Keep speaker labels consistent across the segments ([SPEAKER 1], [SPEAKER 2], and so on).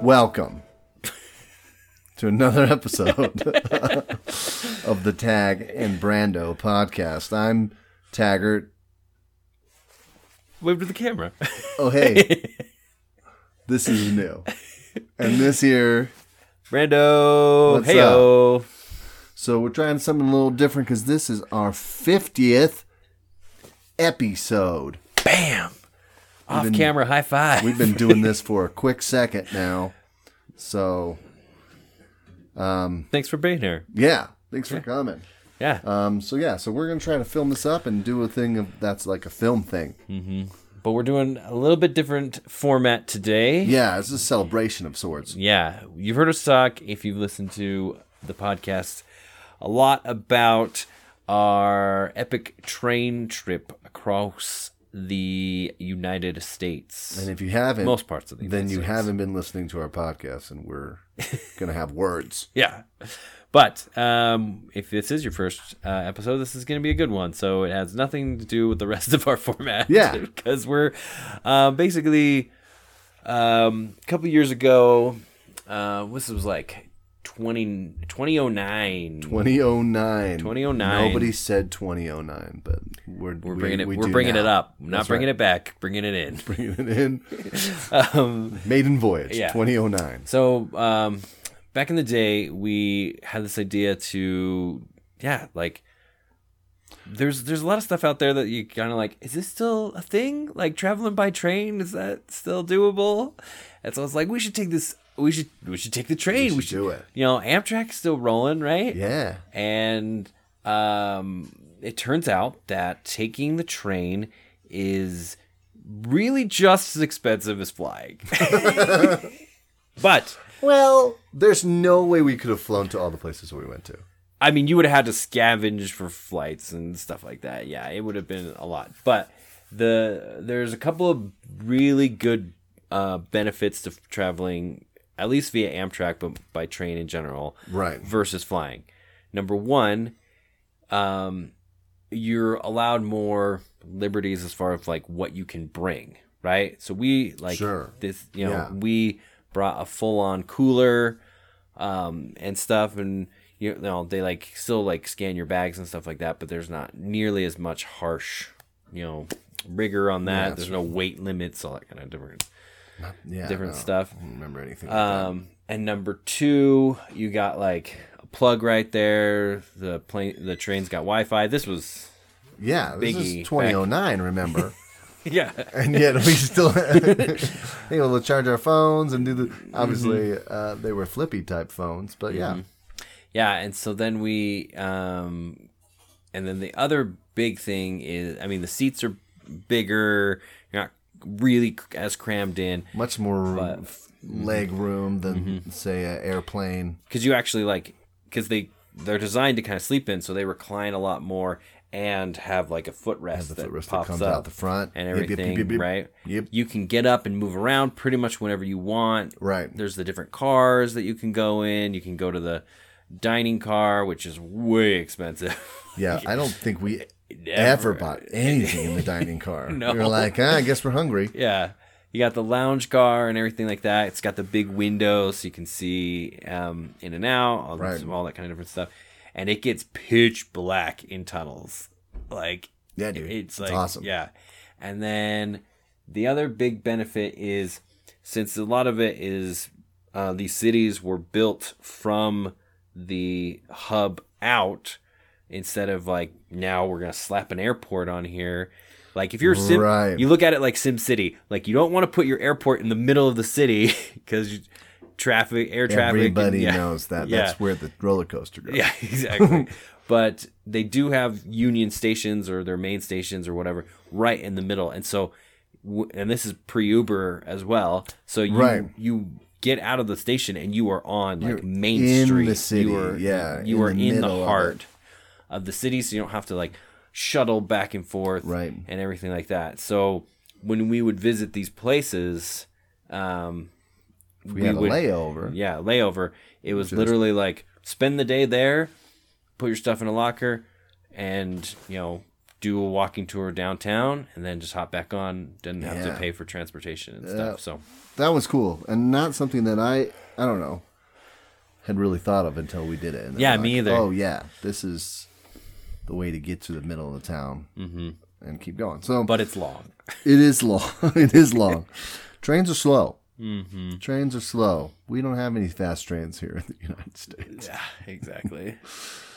[SPEAKER 1] welcome to another episode of the Tag and Brando podcast. I'm Taggart.
[SPEAKER 2] Wave to the camera.
[SPEAKER 1] Oh, hey, this is new. And this here,
[SPEAKER 2] Brando.
[SPEAKER 1] What's
[SPEAKER 2] Hey
[SPEAKER 1] so we're trying something a little different because this is our 50th episode.
[SPEAKER 2] Bam. Off camera high five.
[SPEAKER 1] We've been doing this for a quick second now. So,
[SPEAKER 2] Thanks for being here.
[SPEAKER 1] yeah, thanks for coming.
[SPEAKER 2] Yeah.
[SPEAKER 1] Um, so yeah, so we're gonna try to film this up and do a thing of that's like a film thing.
[SPEAKER 2] but we're doing a little bit different format today.
[SPEAKER 1] Yeah, it's a celebration of sorts.
[SPEAKER 2] Yeah, you've heard us talk if you've listened to the podcast a lot about our epic train trip across the United States.
[SPEAKER 1] And if you haven't,
[SPEAKER 2] Most parts of the
[SPEAKER 1] then
[SPEAKER 2] United
[SPEAKER 1] you
[SPEAKER 2] States.
[SPEAKER 1] haven't been listening to our podcast, and we're gonna have words.
[SPEAKER 2] Yeah. But um, if this is your first uh, episode, this is going to be a good one. So it has nothing to do with the rest of our format.
[SPEAKER 1] Yeah.
[SPEAKER 2] Because we're uh, basically um, a couple years ago, uh, this was like 20, 2009.
[SPEAKER 1] 2009.
[SPEAKER 2] 2009.
[SPEAKER 1] Nobody said 2009, but we're
[SPEAKER 2] We're bringing it.
[SPEAKER 1] We,
[SPEAKER 2] We are
[SPEAKER 1] do
[SPEAKER 2] bringing
[SPEAKER 1] now.
[SPEAKER 2] it up. Not
[SPEAKER 1] That's
[SPEAKER 2] bringing
[SPEAKER 1] right.
[SPEAKER 2] it back. Bringing it in.
[SPEAKER 1] Bringing it in.
[SPEAKER 2] Um,
[SPEAKER 1] Maiden voyage.
[SPEAKER 2] Yeah.
[SPEAKER 1] 2009.
[SPEAKER 2] so um, back in the day, we had this idea to, yeah, like there's there's a lot of stuff out there that you kind of like. Is this still a thing? Like traveling by train is that still doable? And so I was like, we should take this. We should we should take the train.
[SPEAKER 1] should do it.
[SPEAKER 2] You know, Amtrak's still rolling, right?
[SPEAKER 1] Yeah.
[SPEAKER 2] and um, it turns out that taking the train is really just as expensive as flying. but
[SPEAKER 1] Well, there's no way we could have flown to all the places we went to.
[SPEAKER 2] I mean, you would have had to scavenge for flights and stuff like that. Yeah, it would have been a lot. But the there's a couple of really good uh, benefits to traveling, at least via Amtrak, but by train in general.
[SPEAKER 1] Right.
[SPEAKER 2] versus flying. Number one, um, you're allowed more liberties as far as like what you can bring, right? So we like
[SPEAKER 1] Sure.
[SPEAKER 2] this, you know,
[SPEAKER 1] Yeah.
[SPEAKER 2] we brought a full on cooler, um, and stuff, and you know they like still like scan your bags and stuff like that, but there's not nearly as much harsh, you know, rigor on that. there's no weight limits, all that kind of different
[SPEAKER 1] Yeah.
[SPEAKER 2] different
[SPEAKER 1] no,
[SPEAKER 2] stuff.
[SPEAKER 1] I don't remember anything.
[SPEAKER 2] Um, and number two, you got like a plug right there. The plane, the train's got Wi-Fi. This was
[SPEAKER 1] yeah. This
[SPEAKER 2] Biggie
[SPEAKER 1] is 2009. Remember.
[SPEAKER 2] yeah,
[SPEAKER 1] and yet we still able to charge our phones and do the obviously
[SPEAKER 2] Mm-hmm.
[SPEAKER 1] uh, they were flippy type phones but yeah
[SPEAKER 2] yeah. And so then we, um, and then the other big thing is, I mean, the seats are bigger. You're not really c- as crammed in
[SPEAKER 1] much more f- leg
[SPEAKER 2] Mm-hmm.
[SPEAKER 1] room than say an airplane
[SPEAKER 2] because you actually like because they they're designed to kind of sleep in, so they recline a lot more and have like a footrest
[SPEAKER 1] the
[SPEAKER 2] that
[SPEAKER 1] footrest that
[SPEAKER 2] pops
[SPEAKER 1] comes
[SPEAKER 2] up.
[SPEAKER 1] out the front
[SPEAKER 2] and
[SPEAKER 1] Yip, yip, yip,
[SPEAKER 2] everything,
[SPEAKER 1] yip, yip.
[SPEAKER 2] right?
[SPEAKER 1] Yep.
[SPEAKER 2] You can get up and move around pretty much whenever you want.
[SPEAKER 1] Right.
[SPEAKER 2] There's the different cars that you can go in. You can go to the dining car, which is way expensive.
[SPEAKER 1] yeah i don't think we
[SPEAKER 2] Never.
[SPEAKER 1] ever bought anything in the dining car
[SPEAKER 2] No.
[SPEAKER 1] we were like ah, i guess we're hungry
[SPEAKER 2] yeah. You got the lounge car and everything like that. It's got the big window so you can see um, in and out, all,
[SPEAKER 1] Right.
[SPEAKER 2] all that kind of different stuff. And it gets pitch black in tunnels. Like,
[SPEAKER 1] yeah dude
[SPEAKER 2] It's like
[SPEAKER 1] awesome
[SPEAKER 2] Yeah. And then the other big benefit is since a lot of it is uh, these cities were built from the hub out instead of like now we're gonna slap an airport on here. Like if you're Sim,
[SPEAKER 1] Right.
[SPEAKER 2] you look at it like Sim City. Like you don't want to put your airport in the middle of the city because traffic, air traffic. and-
[SPEAKER 1] everybody
[SPEAKER 2] yeah.
[SPEAKER 1] knows that
[SPEAKER 2] Yeah.
[SPEAKER 1] that's where the roller coaster goes
[SPEAKER 2] Yeah, exactly. but they do have union stations or their main stations or whatever right in the middle, and so w- and this is pre Uber as well. So you
[SPEAKER 1] Right.
[SPEAKER 2] you get out of the station and you are on like Main
[SPEAKER 1] in
[SPEAKER 2] Street.
[SPEAKER 1] the city,
[SPEAKER 2] You are,
[SPEAKER 1] yeah,
[SPEAKER 2] you
[SPEAKER 1] in
[SPEAKER 2] are
[SPEAKER 1] the
[SPEAKER 2] in
[SPEAKER 1] middle of
[SPEAKER 2] the
[SPEAKER 1] it.
[SPEAKER 2] heart of the city, so you don't have to like shuttle back and forth,
[SPEAKER 1] Right.
[SPEAKER 2] and everything like that. So when we would visit these places, um,
[SPEAKER 1] we, had a
[SPEAKER 2] would-
[SPEAKER 1] layover
[SPEAKER 2] yeah, layover. It was literally like spend the day there, put your stuff in a locker, and you know do a walking tour downtown, and then just hop back on. Didn't have to
[SPEAKER 1] Yeah.
[SPEAKER 2] pay for transportation and
[SPEAKER 1] Yeah.
[SPEAKER 2] stuff. So
[SPEAKER 1] That was cool and not something that I I don't know had really thought of until we did it. And then
[SPEAKER 2] Yeah,
[SPEAKER 1] I'm
[SPEAKER 2] me
[SPEAKER 1] like,
[SPEAKER 2] either.
[SPEAKER 1] Oh yeah, this is the way to get to the middle of the town and keep going. So,
[SPEAKER 2] Mm-hmm. but it's long.
[SPEAKER 1] it is long. it is long. Trains are slow.
[SPEAKER 2] Mm-hmm.
[SPEAKER 1] Trains are slow. We don't have any fast trains here in the United States.
[SPEAKER 2] Yeah, exactly.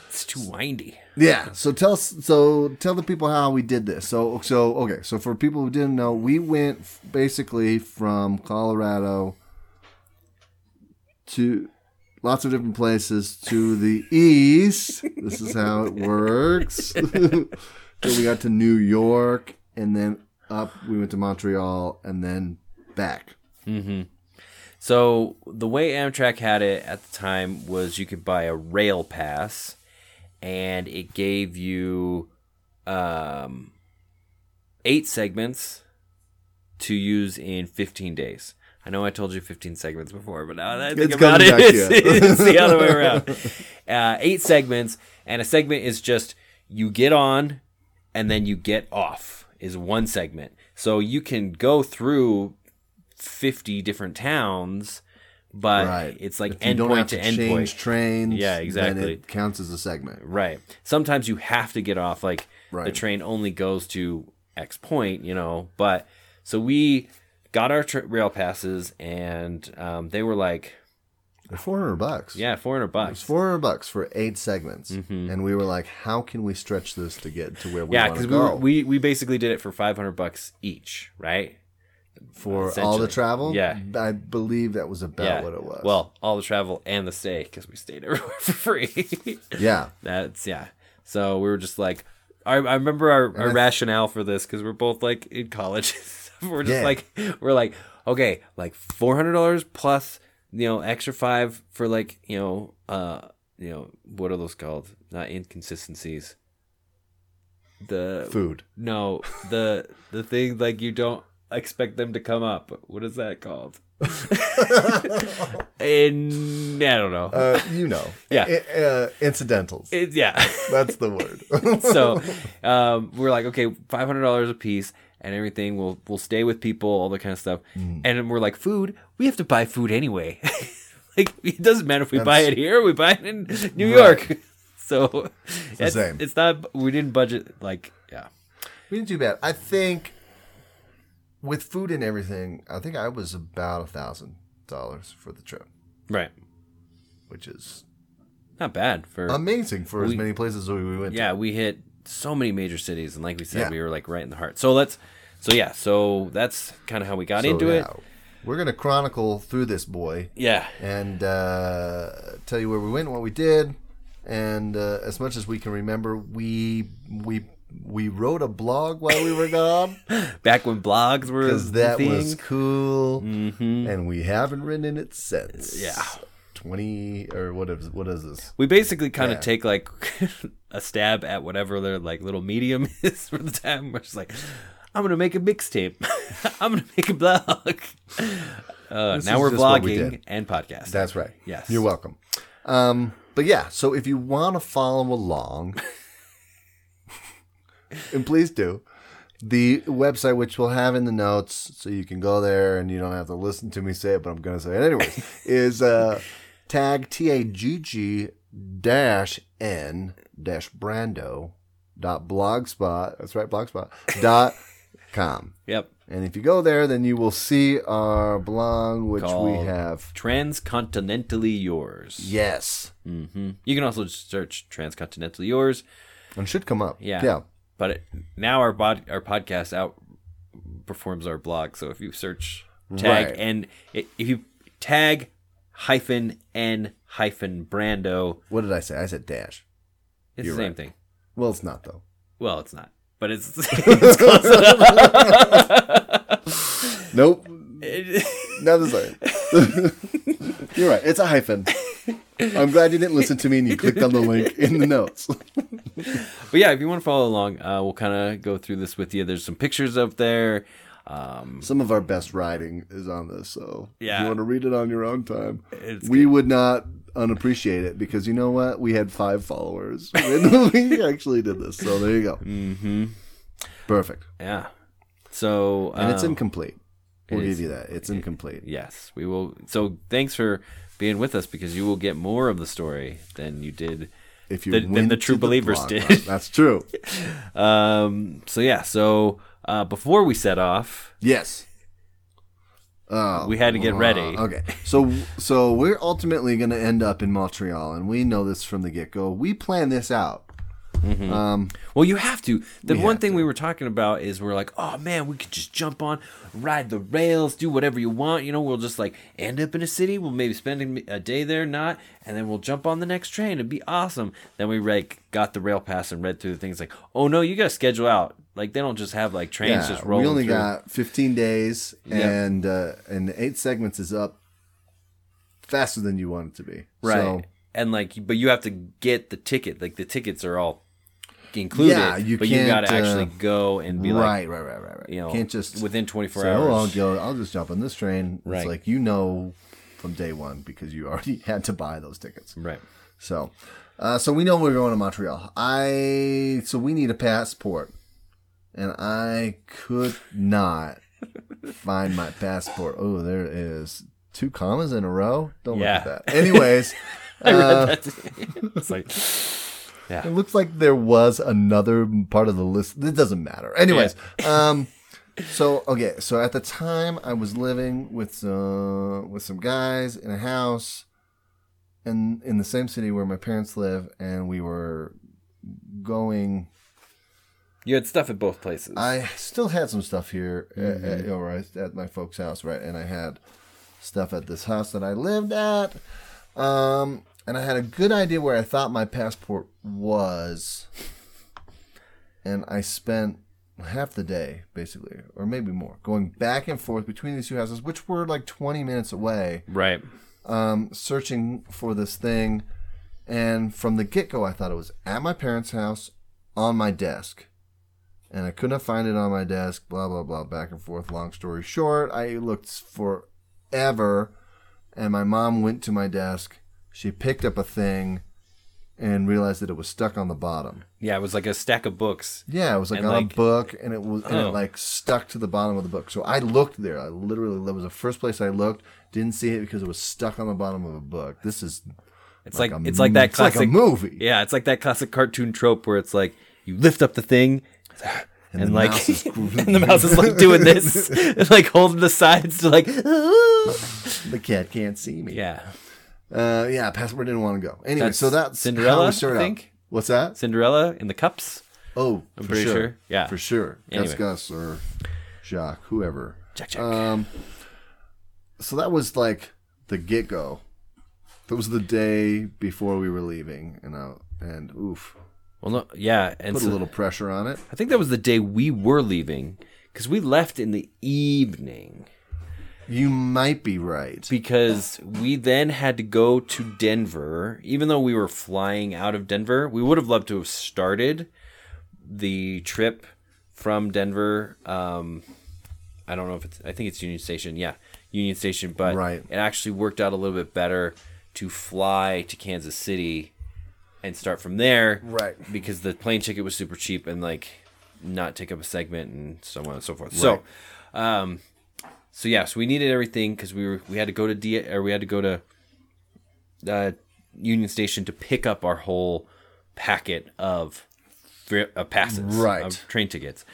[SPEAKER 2] it's too windy.
[SPEAKER 1] Yeah. So tell us- so tell the people how we did this. So so okay. So for people who didn't know, we went f- basically from Colorado to lots of different places to the east. This is how it works. Till we got to New York, and then up we went to Montreal, and then back.
[SPEAKER 2] Mm-hmm. So the way Amtrak had it at the time was you could buy a rail pass, and it gave you um, eight segments to use in 15 days. I know I told you 15 segments before, but now that I think
[SPEAKER 1] It's
[SPEAKER 2] about
[SPEAKER 1] coming
[SPEAKER 2] it,
[SPEAKER 1] back
[SPEAKER 2] it's,
[SPEAKER 1] to you.
[SPEAKER 2] it's the other way around. Uh, eight segments, and a segment is just you get on and then you get off is one segment. So you can go through 50 different towns, but
[SPEAKER 1] Right.
[SPEAKER 2] it's like
[SPEAKER 1] If you
[SPEAKER 2] end
[SPEAKER 1] don't have
[SPEAKER 2] point to,
[SPEAKER 1] to,
[SPEAKER 2] end
[SPEAKER 1] change
[SPEAKER 2] point.
[SPEAKER 1] trains.
[SPEAKER 2] Yeah,
[SPEAKER 1] Then
[SPEAKER 2] exactly.
[SPEAKER 1] it counts as a segment.
[SPEAKER 2] Right. Sometimes you have to get off. Like the
[SPEAKER 1] Right.
[SPEAKER 2] train only goes to X point, you know. But so we got our tr rail passes, and um, they were like,
[SPEAKER 1] They're Four hundred bucks.
[SPEAKER 2] yeah, four hundred
[SPEAKER 1] It's
[SPEAKER 2] bucks.
[SPEAKER 1] four hundred bucks for eight segments, and we were like, "How can we stretch this to get to where we
[SPEAKER 2] Mm-hmm. yeah,
[SPEAKER 1] want
[SPEAKER 2] because
[SPEAKER 1] to
[SPEAKER 2] we, were-
[SPEAKER 1] go
[SPEAKER 2] we we basically did it for five hundred bucks each, right?
[SPEAKER 1] for all the
[SPEAKER 2] essentially.
[SPEAKER 1] travel?"
[SPEAKER 2] Yeah.
[SPEAKER 1] I believe that was about what it was.
[SPEAKER 2] Well, all the travel and the stay because we stayed everywhere for free.
[SPEAKER 1] yeah,
[SPEAKER 2] That's yeah. So we were just like, I, I remember our, our
[SPEAKER 1] I-
[SPEAKER 2] rationale for this because we're both like in college. we're just
[SPEAKER 1] Yeah.
[SPEAKER 2] like, we're like, okay, like four hundred dollars plus, you know, extra five for like, you know, uh, you know, what are those called? Not inconsistencies. The
[SPEAKER 1] food.
[SPEAKER 2] no, the the thing like you don't expect them to come up. What is that called? In I don't know.
[SPEAKER 1] Uh, you know,
[SPEAKER 2] Yeah.
[SPEAKER 1] I- uh, incidentals.
[SPEAKER 2] It- yeah.
[SPEAKER 1] That's the word.
[SPEAKER 2] so um, we're like, okay, five hundred dollars a piece and everything. We'll we'll stay with people, all that kind of stuff.
[SPEAKER 1] Mm.
[SPEAKER 2] And we're like, food. We have to buy food anyway. like it doesn't matter if we buy
[SPEAKER 1] That's-
[SPEAKER 2] it here, we buy it in New
[SPEAKER 1] Right.
[SPEAKER 2] York. So it's,
[SPEAKER 1] same.
[SPEAKER 2] it's not. We didn't budget like yeah.
[SPEAKER 1] we didn't do bad. I think with food and everything, I think I was about a thousand dollars for the trip,
[SPEAKER 2] Right.
[SPEAKER 1] which is
[SPEAKER 2] Not bad for
[SPEAKER 1] amazing for as
[SPEAKER 2] We-
[SPEAKER 1] many places as we went. to.
[SPEAKER 2] yeah. We hit so many major cities, and like we said,
[SPEAKER 1] Yeah.
[SPEAKER 2] we were like right in the heart. So let's. So yeah. So that's kind of how we got
[SPEAKER 1] So,
[SPEAKER 2] into it.
[SPEAKER 1] yeah, We're gonna chronicle through this boy.
[SPEAKER 2] Yeah.
[SPEAKER 1] and uh, tell you where we went, what we did, and uh, as much as we can remember, we we we wrote a blog while we were gone
[SPEAKER 2] Back when blogs were
[SPEAKER 1] because
[SPEAKER 2] the
[SPEAKER 1] that
[SPEAKER 2] thing. Mm-hmm.
[SPEAKER 1] was cool, and we haven't written in it since.
[SPEAKER 2] Yeah.
[SPEAKER 1] twenty or what is what is this?
[SPEAKER 2] We basically kind of
[SPEAKER 1] Yeah.
[SPEAKER 2] take like a stab at whatever their like little medium is for the time. We're just like, I'm gonna make a mixtape. I'm gonna make a blog. Uh,
[SPEAKER 1] This
[SPEAKER 2] now
[SPEAKER 1] is
[SPEAKER 2] we're
[SPEAKER 1] just what we
[SPEAKER 2] vlogging
[SPEAKER 1] did.
[SPEAKER 2] and podcast.
[SPEAKER 1] That's right.
[SPEAKER 2] Yes.
[SPEAKER 1] you're welcome. Um, but yeah, so if you want to follow along, and please do. The website, which we'll have in the notes, so you can go there and you don't have to listen to me say it, but I'm going to say it anyways, is uh, tag T A G G dash N dash Brando dot blogspot. That's right, blogspot dot com.
[SPEAKER 2] yep.
[SPEAKER 1] And if you go there, then you will see our blog, which
[SPEAKER 2] Called-
[SPEAKER 1] we have.
[SPEAKER 2] Transcontinentally yours.
[SPEAKER 1] Yes.
[SPEAKER 2] hmm You can also just search transcontinentally yours.
[SPEAKER 1] And it should come up.
[SPEAKER 2] Yeah.
[SPEAKER 1] Yeah.
[SPEAKER 2] But it, now our bod, our podcast outperforms our blog. So if you search tag
[SPEAKER 1] Right.
[SPEAKER 2] and i- if you tag hyphen n hyphen Brando,
[SPEAKER 1] What did I say? I said dash.
[SPEAKER 2] it's
[SPEAKER 1] You're
[SPEAKER 2] the same
[SPEAKER 1] right.
[SPEAKER 2] thing.
[SPEAKER 1] Well, it's not though.
[SPEAKER 2] Well, it's not, but it's, it's close enough.
[SPEAKER 1] Nope.
[SPEAKER 2] It-
[SPEAKER 1] Not the same. You're right. It's a hyphen. I'm glad you didn't listen to me and you clicked on the link in the notes.
[SPEAKER 2] but yeah, if you want to follow along, uh, we'll kind of go through this with you. There's some pictures up there. Um,
[SPEAKER 1] Some of our best writing is on this, so if
[SPEAKER 2] Yeah.
[SPEAKER 1] you want to read it on your own time.
[SPEAKER 2] It's
[SPEAKER 1] we would not unappreciate it because you know what? We had five followers. when we actually did this. So there you go.
[SPEAKER 2] Mm-hmm.
[SPEAKER 1] Perfect.
[SPEAKER 2] Yeah. So
[SPEAKER 1] And it's
[SPEAKER 2] um,
[SPEAKER 1] incomplete. We'll
[SPEAKER 2] it
[SPEAKER 1] give
[SPEAKER 2] is-
[SPEAKER 1] you that. It's incomplete.
[SPEAKER 2] Yes, we will. So thanks for being with us because you will get more of the story than you did.
[SPEAKER 1] If you
[SPEAKER 2] Then- then
[SPEAKER 1] went
[SPEAKER 2] the true
[SPEAKER 1] to
[SPEAKER 2] believers
[SPEAKER 1] blog
[SPEAKER 2] did.
[SPEAKER 1] post. That's true.
[SPEAKER 2] Um, so yeah, so uh, before we set off,
[SPEAKER 1] Yes. Oh,
[SPEAKER 2] We had to get
[SPEAKER 1] wow.
[SPEAKER 2] ready.
[SPEAKER 1] Okay, so so we're ultimately going to end up in Montreal, and we know this from the get go. We planned this out. Um,
[SPEAKER 2] well, you have to. The one
[SPEAKER 1] have
[SPEAKER 2] thing we were talking about is we're like, oh man, we could just jump on, ride the rails, do whatever you want. You know, we'll just like end up in a city. We'll maybe spend a day there, not, and then we'll jump on the next train. It'd be awesome. Then we like got the rail pass and read through the things like, oh no, you got to schedule out. Like they don't just have like trains
[SPEAKER 1] yeah,
[SPEAKER 2] just
[SPEAKER 1] we
[SPEAKER 2] rolling.
[SPEAKER 1] only
[SPEAKER 2] through.
[SPEAKER 1] got 15 days,
[SPEAKER 2] Yep.
[SPEAKER 1] and uh, and the eight segments is up faster than you want it to be.
[SPEAKER 2] Right.
[SPEAKER 1] So,
[SPEAKER 2] and like, but you have to get the ticket. Like the tickets are all included.
[SPEAKER 1] Yeah, you
[SPEAKER 2] but you got to
[SPEAKER 1] can't, uh,
[SPEAKER 2] actually go and be like,
[SPEAKER 1] right, right, right, right, right.
[SPEAKER 2] you know,
[SPEAKER 1] Can't just
[SPEAKER 2] within 24
[SPEAKER 1] say,
[SPEAKER 2] hours.
[SPEAKER 1] "Oh, I'll go. I'll just jump on this train."
[SPEAKER 2] Right.
[SPEAKER 1] It's like you know from day one because you already had to buy those tickets.
[SPEAKER 2] Right.
[SPEAKER 1] So, uh, so we know we're going to Montreal. I so we need a passport, and I could not find my passport. Oh, there it is two commas in a row. Don't look
[SPEAKER 2] Yeah.
[SPEAKER 1] at that. Anyways,
[SPEAKER 2] I read
[SPEAKER 1] uh,
[SPEAKER 2] that today. it's like,
[SPEAKER 1] it
[SPEAKER 2] yeah.
[SPEAKER 1] looks like there was another part of the list. It doesn't matter. Anyways, um. So okay, so at the time I was living with uh, with some guys in a house, and in the same city where my parents live, and we were going.
[SPEAKER 2] You had stuff at both places.
[SPEAKER 1] I still had some stuff here, at- at, or at, at my folks' house, right? And I had stuff at this house that I lived at, um, and I had a good idea where I thought my passport was, and I spent half the day basically, or maybe more, going back and forth between these two houses, which were like twenty minutes away
[SPEAKER 2] right.
[SPEAKER 1] um, searching for this thing, and from the get go, I thought it was at my parents' house on my desk, and I could not find it on my desk. Blah blah blah, back and forth. Long story short, I looked forever, and my mom went to my desk. She picked up a thing, and realized that it was stuck on the bottom.
[SPEAKER 2] Yeah, it was like a stack of books.
[SPEAKER 1] Yeah, it was like
[SPEAKER 2] And,
[SPEAKER 1] on
[SPEAKER 2] like-
[SPEAKER 1] a book, and it was and
[SPEAKER 2] Oh.
[SPEAKER 1] it like stuck to the bottom of the book. So I looked there. I literally that was the first place I looked. Didn't see it because it was stuck on the bottom of a book. This is
[SPEAKER 2] It's like,
[SPEAKER 1] a
[SPEAKER 2] it's like
[SPEAKER 1] m-
[SPEAKER 2] that classic
[SPEAKER 1] It's like a movie.
[SPEAKER 2] Yeah, it's like that classic cartoon trope where it's like you lift up the thing. And,
[SPEAKER 1] the
[SPEAKER 2] like,
[SPEAKER 1] mouse is-
[SPEAKER 2] and the mouse is like doing this, It's, like holding the sides to like,
[SPEAKER 1] The cat can't see me.
[SPEAKER 2] yeah,
[SPEAKER 1] Uh, yeah. Passport didn't want to go. Anyway,
[SPEAKER 2] That's
[SPEAKER 1] so that's
[SPEAKER 2] Cinderella,
[SPEAKER 1] How we start
[SPEAKER 2] I
[SPEAKER 1] out.
[SPEAKER 2] think?
[SPEAKER 1] What's that?
[SPEAKER 2] Cinderella in the cups.
[SPEAKER 1] Oh, I'm
[SPEAKER 2] pretty sure. Yeah.
[SPEAKER 1] for sure.
[SPEAKER 2] Anyway.
[SPEAKER 1] Gus, Gus, or Jacques, whoever.
[SPEAKER 2] Jack, Jack.
[SPEAKER 1] Um, so that was like the get go. That was the day before we were leaving, and I, and oof,
[SPEAKER 2] well, no, yeah, and
[SPEAKER 1] put
[SPEAKER 2] so
[SPEAKER 1] a little pressure on it.
[SPEAKER 2] I think that was the day we were leaving because we left in the evening
[SPEAKER 1] You might be right.
[SPEAKER 2] because we then had to go to Denver. Even though we were flying out of Denver, we would have loved to have started the trip from Denver. Um, I don't know if it's, I think it's Union Station. Yeah, Union Station, but
[SPEAKER 1] Right.
[SPEAKER 2] it actually worked out a little bit better to fly to Kansas City and start from there.
[SPEAKER 1] Right.
[SPEAKER 2] Because the plane ticket was super cheap and like not take up a segment and so on and so forth. So, um, so yeah, so we needed everything because we were we had to go to D or we had to go to uh, Union Station to pick up our whole packet of fri- uh, passes,
[SPEAKER 1] Right.
[SPEAKER 2] of train tickets,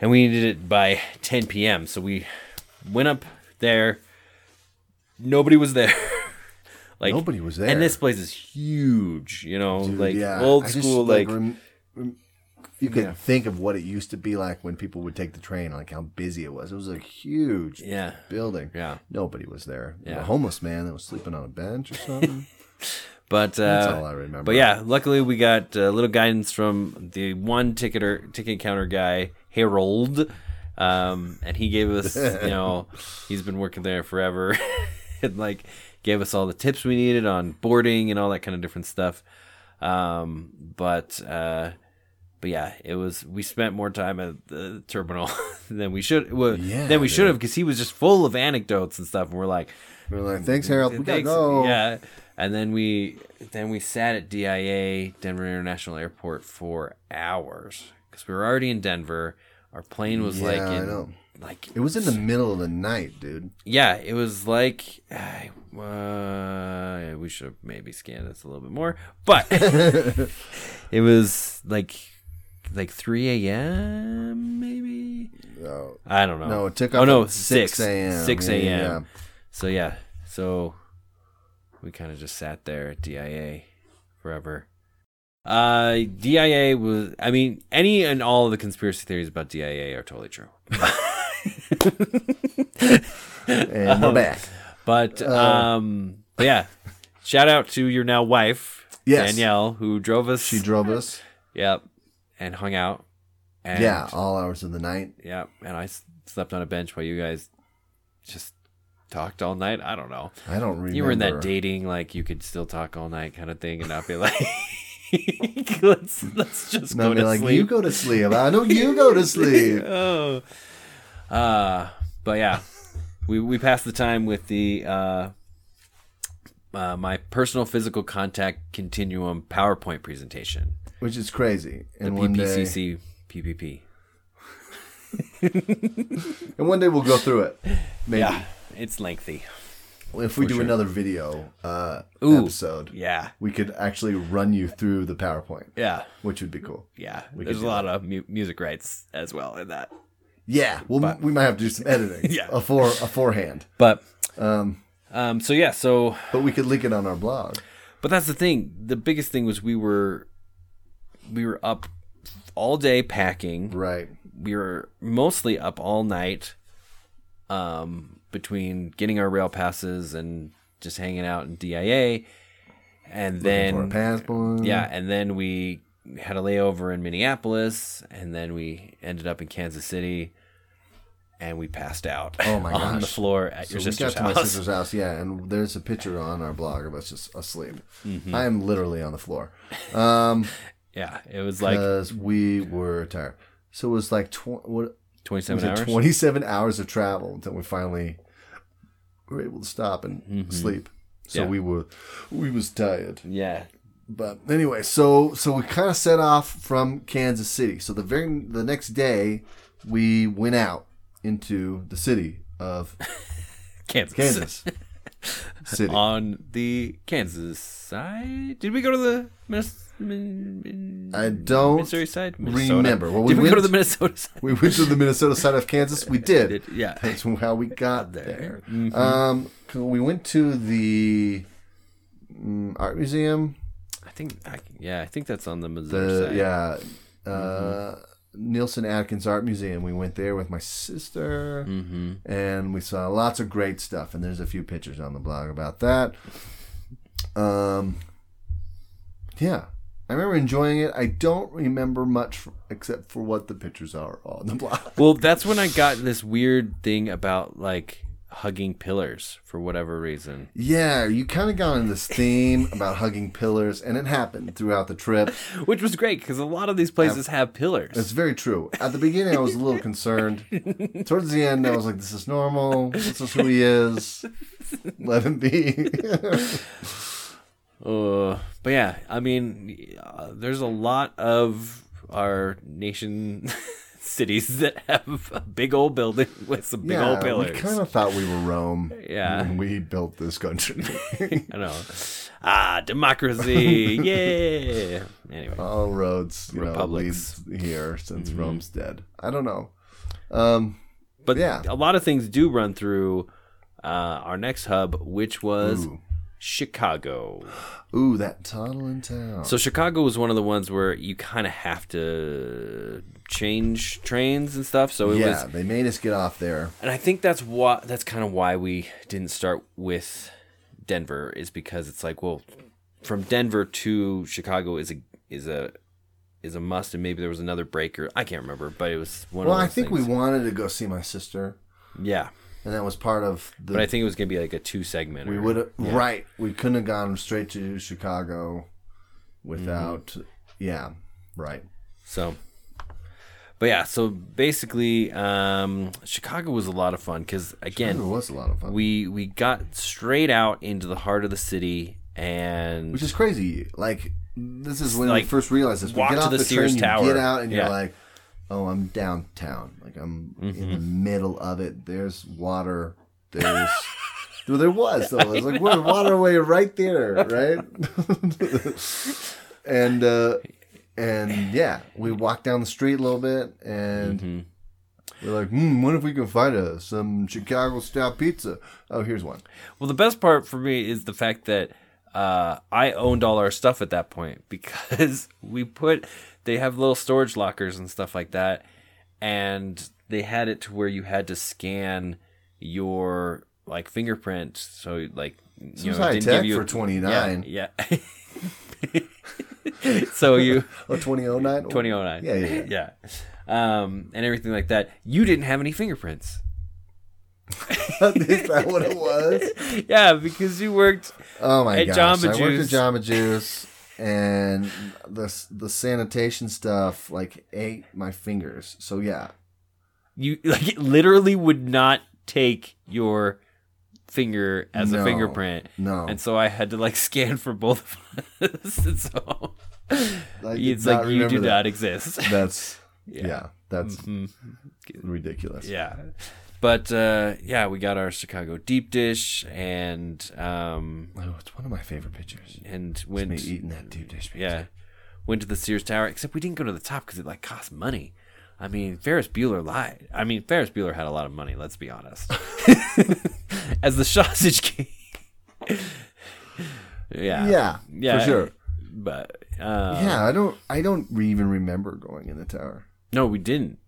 [SPEAKER 2] and we needed it by 10 p.m. So we went up there. Nobody was there. like
[SPEAKER 1] Nobody was there.
[SPEAKER 2] and this place is huge, you know,
[SPEAKER 1] Dude,
[SPEAKER 2] like
[SPEAKER 1] yeah.
[SPEAKER 2] old
[SPEAKER 1] I just,
[SPEAKER 2] school, like,
[SPEAKER 1] rem- rem- you can think of what it used to be like when people would take the train, like how busy it was. It was a huge
[SPEAKER 2] yeah,
[SPEAKER 1] building.
[SPEAKER 2] yeah.
[SPEAKER 1] Nobody was there.
[SPEAKER 2] Yeah.
[SPEAKER 1] A homeless man that was sleeping on a bench or something.
[SPEAKER 2] But uh,
[SPEAKER 1] That's all I remember.
[SPEAKER 2] But yeah, luckily we got a little guidance from the one ticketer ticket counter guy, Harold, um, and he gave us, you know, he's been working there forever, and like gave us all the tips we needed on boarding and all that kind of different stuff. Um, but uh, but yeah, it was we spent more time at the terminal than we should well,
[SPEAKER 1] Yeah,
[SPEAKER 2] than we should
[SPEAKER 1] dude.
[SPEAKER 2] have because he was just full of anecdotes and stuff, and we're like,
[SPEAKER 1] We were like, thanks, Harold. We gotta
[SPEAKER 2] Thanks.
[SPEAKER 1] go.
[SPEAKER 2] Yeah. and then we then we sat at DIA Denver International Airport for hours because we were already in Denver. Our plane was like
[SPEAKER 1] Yeah, I
[SPEAKER 2] in,
[SPEAKER 1] know.
[SPEAKER 2] like
[SPEAKER 1] It was in the middle of the night, dude.
[SPEAKER 2] yeah, it was like I- uh, we should have maybe scanned this a little bit more, but it was like like 3 a.m. maybe.
[SPEAKER 1] Oh,
[SPEAKER 2] I don't know.
[SPEAKER 1] No, it took
[SPEAKER 2] Oh
[SPEAKER 1] off
[SPEAKER 2] no,
[SPEAKER 1] at
[SPEAKER 2] 6
[SPEAKER 1] 6 a.m..
[SPEAKER 2] 6
[SPEAKER 1] Yeah,
[SPEAKER 2] a.m.
[SPEAKER 1] yeah, yeah.
[SPEAKER 2] So yeah, so we kind of just sat there at DIA forever. Uh, DIA was. I mean, any and all of the conspiracy theories about DIA are totally true.
[SPEAKER 1] and we're back.
[SPEAKER 2] But
[SPEAKER 1] Uh,
[SPEAKER 2] um, but yeah, shout out to your now wife
[SPEAKER 1] Yes.
[SPEAKER 2] Danielle who drove us.
[SPEAKER 1] She drove us.
[SPEAKER 2] yep, and hung out. And,
[SPEAKER 1] yeah, all hours of the night.
[SPEAKER 2] yeah. And I s- slept on a bench while you guys just talked all night. I don't know.
[SPEAKER 1] I don't remember.
[SPEAKER 2] You were in that dating like you could still talk all night kind of thing and not be like. let's let's just
[SPEAKER 1] No,
[SPEAKER 2] go
[SPEAKER 1] I'd be
[SPEAKER 2] to
[SPEAKER 1] like,
[SPEAKER 2] sleep.
[SPEAKER 1] you go to sleep. I know you go to sleep.
[SPEAKER 2] oh. Uh, but yeah, we, we passed the time with the uh, uh, my personal physical contact continuum PowerPoint presentation,
[SPEAKER 1] Which is crazy.
[SPEAKER 2] the
[SPEAKER 1] And one day,
[SPEAKER 2] PPCC PPP.
[SPEAKER 1] and one day we'll go through it. Maybe
[SPEAKER 2] Yeah, it's lengthy.
[SPEAKER 1] if we do another video uh,
[SPEAKER 2] Ooh.
[SPEAKER 1] episode,
[SPEAKER 2] Yeah,
[SPEAKER 1] we could actually run you through the PowerPoint,
[SPEAKER 2] yeah,
[SPEAKER 1] which would be cool.
[SPEAKER 2] yeah.
[SPEAKER 1] We
[SPEAKER 2] There's
[SPEAKER 1] could
[SPEAKER 2] a
[SPEAKER 1] do
[SPEAKER 2] lot of mu- music rights as well in that.
[SPEAKER 1] Yeah, well, we might have to do some editing.
[SPEAKER 2] Yeah.
[SPEAKER 1] a for a forehand.
[SPEAKER 2] But
[SPEAKER 1] Um,
[SPEAKER 2] um, so yeah, so
[SPEAKER 1] but we could link it on our blog.
[SPEAKER 2] But that's the thing. The biggest thing was we were we were up all day packing.
[SPEAKER 1] Right.
[SPEAKER 2] We were mostly up all night um between getting our rail passes and just hanging out in DIA and
[SPEAKER 1] for a
[SPEAKER 2] then
[SPEAKER 1] passport.
[SPEAKER 2] yeah, and then we had a layover in Minneapolis and then we ended up in Kansas City and we passed out
[SPEAKER 1] Oh my
[SPEAKER 2] on the
[SPEAKER 1] gosh.
[SPEAKER 2] floor at your
[SPEAKER 1] So we
[SPEAKER 2] sister's
[SPEAKER 1] got to my
[SPEAKER 2] house.
[SPEAKER 1] sister's house, yeah, and there's a picture on our blog of us just asleep.
[SPEAKER 2] Mm-hmm.
[SPEAKER 1] I am literally on the floor um,
[SPEAKER 2] Yeah, it was like
[SPEAKER 1] because we were tired. So it was like tw- what,
[SPEAKER 2] 27
[SPEAKER 1] was it
[SPEAKER 2] hours.
[SPEAKER 1] 27 hours of travel until we finally were able to stop and sleep. So
[SPEAKER 2] Mm-hmm. Yeah.
[SPEAKER 1] we were we was tired.
[SPEAKER 2] yeah.
[SPEAKER 1] But anyway, so so we kind of set off from Kansas City. So the very the next day we went out into the city of
[SPEAKER 2] Kansas.
[SPEAKER 1] Kansas City.
[SPEAKER 2] on the Kansas side. Did we go to the Minnes- Min- Min-
[SPEAKER 1] I don't
[SPEAKER 2] Missouri side? Minnesota.
[SPEAKER 1] remember. Well, we
[SPEAKER 2] Did we go
[SPEAKER 1] went-
[SPEAKER 2] to the Minnesota side?
[SPEAKER 1] We went to the Minnesota side of Kansas. We did.
[SPEAKER 2] Did- yeah.
[SPEAKER 1] That's how we got there. Um, 'cause we went to the mm, art museum.
[SPEAKER 2] I think. I, yeah, I think that's on the Missouri
[SPEAKER 1] The
[SPEAKER 2] side.
[SPEAKER 1] yeah, uh, Nielsen Atkins Art Museum. We went there with my sister, and we saw lots of great stuff. And there's a few pictures on the blog about that. Um, yeah. I remember enjoying it. I don't remember much f- except for what the pictures are on the blog.
[SPEAKER 2] Well, that's when I got this weird thing about like hugging pillars for whatever reason.
[SPEAKER 1] Yeah, you kind of got into this theme about hugging pillars, and it happened throughout the trip.
[SPEAKER 2] Which was great because a lot of these places have pillars.
[SPEAKER 1] It's very true. At the beginning, I was a little concerned. Towards the end, I was like, "This is normal. This is who he is. Let him be."
[SPEAKER 2] Uh, but yeah, I mean, uh, there's a lot of our nation cities that have a big old building with some big old
[SPEAKER 1] yeah, we
[SPEAKER 2] pillars.
[SPEAKER 1] kind of thought we were Rome.
[SPEAKER 2] Yeah.
[SPEAKER 1] when we built this country.
[SPEAKER 2] I know. Ah, democracy. yeah. Anyway.
[SPEAKER 1] All roads, you know,
[SPEAKER 2] Republics.
[SPEAKER 1] leads here since
[SPEAKER 2] Mm-hmm.
[SPEAKER 1] Rome's dead. I don't know. Um,
[SPEAKER 2] But
[SPEAKER 1] yeah.
[SPEAKER 2] a lot of things do run through uh, our next hub, which was
[SPEAKER 1] Ooh.
[SPEAKER 2] Chicago.
[SPEAKER 1] ooh, that tunnel in town.
[SPEAKER 2] So Chicago was one of the ones where you kind of have to change trains and stuff. So it was
[SPEAKER 1] yeah, they made us get off there.
[SPEAKER 2] And I think that's why that's kind of why we didn't start with Denver is because it's like, well, from Denver to Chicago is a is a is a must, and maybe there was another breaker. I can't remember, but it was one.
[SPEAKER 1] Well,
[SPEAKER 2] of
[SPEAKER 1] I
[SPEAKER 2] those
[SPEAKER 1] think
[SPEAKER 2] things.
[SPEAKER 1] we wanted to go see my sister,
[SPEAKER 2] yeah,
[SPEAKER 1] and that was part of the.
[SPEAKER 2] but I think it was gonna be like a two segment.
[SPEAKER 1] we would have right. We couldn't have gone straight to Chicago without. Yeah, right.
[SPEAKER 2] So, but yeah, so basically, um, Chicago was a lot of fun because
[SPEAKER 1] It
[SPEAKER 2] again,
[SPEAKER 1] was a lot of fun.
[SPEAKER 2] we we got straight out into the heart of the city and
[SPEAKER 1] which is crazy. Like this is when
[SPEAKER 2] Like,
[SPEAKER 1] you first realize this.
[SPEAKER 2] walk
[SPEAKER 1] but get
[SPEAKER 2] to
[SPEAKER 1] off
[SPEAKER 2] the
[SPEAKER 1] the,
[SPEAKER 2] Sears
[SPEAKER 1] train,
[SPEAKER 2] Tower.
[SPEAKER 1] You get out, and
[SPEAKER 2] Yeah.
[SPEAKER 1] you're like, "Oh, I'm downtown. Like I'm in the
[SPEAKER 2] Mm-hmm.
[SPEAKER 1] middle of it. There's water. There's." Well, there was though. It was like we're waterway right there, right? and uh, and yeah, we walked down the street a little bit, and
[SPEAKER 2] Mm-hmm.
[SPEAKER 1] we're like, hmm, "What if we can find a some Chicago style pizza?" Oh, here's one.
[SPEAKER 2] Well, the best part for me is the fact that uh, I owned all our stuff at that point because we put, they have little storage lockers and stuff like that. And they had it to where you had to scan your like fingerprint. So, like, you
[SPEAKER 1] was
[SPEAKER 2] know, it
[SPEAKER 1] high
[SPEAKER 2] didn't
[SPEAKER 1] tech
[SPEAKER 2] give you
[SPEAKER 1] for 29.
[SPEAKER 2] Yeah. yeah. so you.
[SPEAKER 1] Oh, 2009?
[SPEAKER 2] 2009.
[SPEAKER 1] Yeah, yeah,
[SPEAKER 2] yeah. Um, and everything like that. You didn't have any fingerprints.
[SPEAKER 1] Is that what it was?
[SPEAKER 2] yeah, because you worked.
[SPEAKER 1] Oh my
[SPEAKER 2] At
[SPEAKER 1] gosh!
[SPEAKER 2] Jamba
[SPEAKER 1] I worked
[SPEAKER 2] Juice.
[SPEAKER 1] at Jamba Juice, and the the sanitation stuff like ate my fingers. So yeah,
[SPEAKER 2] You like it literally would not take your finger as a
[SPEAKER 1] No.
[SPEAKER 2] fingerprint,
[SPEAKER 1] no,
[SPEAKER 2] and so I had to like scan for both of us. and so
[SPEAKER 1] I did
[SPEAKER 2] it's like
[SPEAKER 1] not
[SPEAKER 2] you
[SPEAKER 1] remember
[SPEAKER 2] do
[SPEAKER 1] that.
[SPEAKER 2] not exist.
[SPEAKER 1] That's
[SPEAKER 2] Yeah.
[SPEAKER 1] yeah, that's
[SPEAKER 2] Mhm.
[SPEAKER 1] ridiculous.
[SPEAKER 2] yeah but uh yeah we got our chicago deep dish and um
[SPEAKER 1] Oh, it's one of my favorite pictures.
[SPEAKER 2] and
[SPEAKER 1] It's
[SPEAKER 2] went
[SPEAKER 1] me eating that deep dish pizza.
[SPEAKER 2] Yeah. Went to the Sears Tower, except we didn't go to the top because it like cost money. I mean, Ferris Bueller lied. I mean, Ferris Bueller had a lot of money. Let's be honest. As the sausage king. yeah.
[SPEAKER 1] yeah,
[SPEAKER 2] Yeah.
[SPEAKER 1] for sure.
[SPEAKER 2] But uh,
[SPEAKER 1] yeah, I don't, I don't re- even remember going in the tower.
[SPEAKER 2] no, we didn't,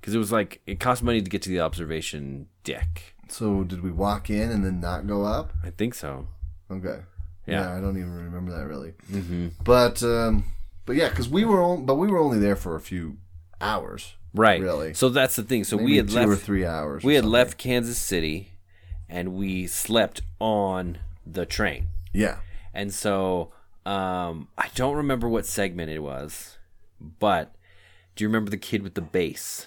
[SPEAKER 2] because it was like it cost money to get to the observation deck.
[SPEAKER 1] So did we walk in and then not go up?
[SPEAKER 2] I think so.
[SPEAKER 1] Okay.
[SPEAKER 2] Yeah. Mm-hmm.
[SPEAKER 1] I don't even remember that really. But um, but yeah, because we were on, but we were only there for a few hours,
[SPEAKER 2] Right.
[SPEAKER 1] Really?
[SPEAKER 2] So that's the thing. So
[SPEAKER 1] maybe
[SPEAKER 2] we had
[SPEAKER 1] two
[SPEAKER 2] left
[SPEAKER 1] or three hours.
[SPEAKER 2] we
[SPEAKER 1] or
[SPEAKER 2] had
[SPEAKER 1] something.
[SPEAKER 2] left Kansas City, and we slept on the train.
[SPEAKER 1] Yeah,
[SPEAKER 2] And so um, I don't remember what segment it was, but do you remember the kid with the bass,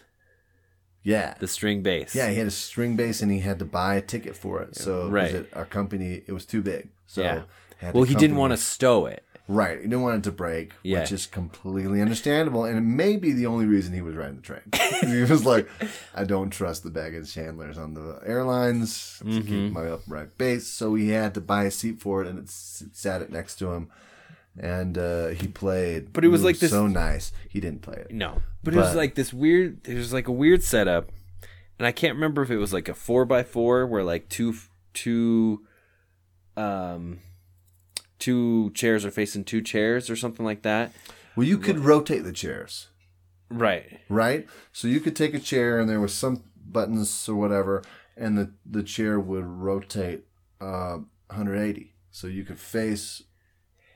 [SPEAKER 1] yeah,
[SPEAKER 2] the string bass?
[SPEAKER 1] yeah. He had a string bass and he had to buy a ticket for it. So
[SPEAKER 2] Right.
[SPEAKER 1] right, it, our company it was too big. So
[SPEAKER 2] Yeah.
[SPEAKER 1] had
[SPEAKER 2] Well,
[SPEAKER 1] the
[SPEAKER 2] he didn't
[SPEAKER 1] company-
[SPEAKER 2] want to stow it.
[SPEAKER 1] Right, he didn't want it to break,
[SPEAKER 2] Yeah.
[SPEAKER 1] which is completely understandable, and it may be the only reason he was riding the train. he was like, "I don't trust the baggage handlers on the airlines to
[SPEAKER 2] Mm-hmm.
[SPEAKER 1] keep my upright base," so he had to buy a seat for it, and it s- sat it next to him, and uh, he played.
[SPEAKER 2] But it was like this-
[SPEAKER 1] so nice. He didn't play it.
[SPEAKER 2] No, but, it was
[SPEAKER 1] But-
[SPEAKER 2] like this weird. It was like a weird setup, and I can't remember if it was like a four by four where like two two, um, two chairs are facing two chairs or something like that.
[SPEAKER 1] Well, you could rotate the chairs.
[SPEAKER 2] Right.
[SPEAKER 1] right? So you could take a chair and there was some buttons or whatever, and the, the chair would rotate uh, 180. So you could face.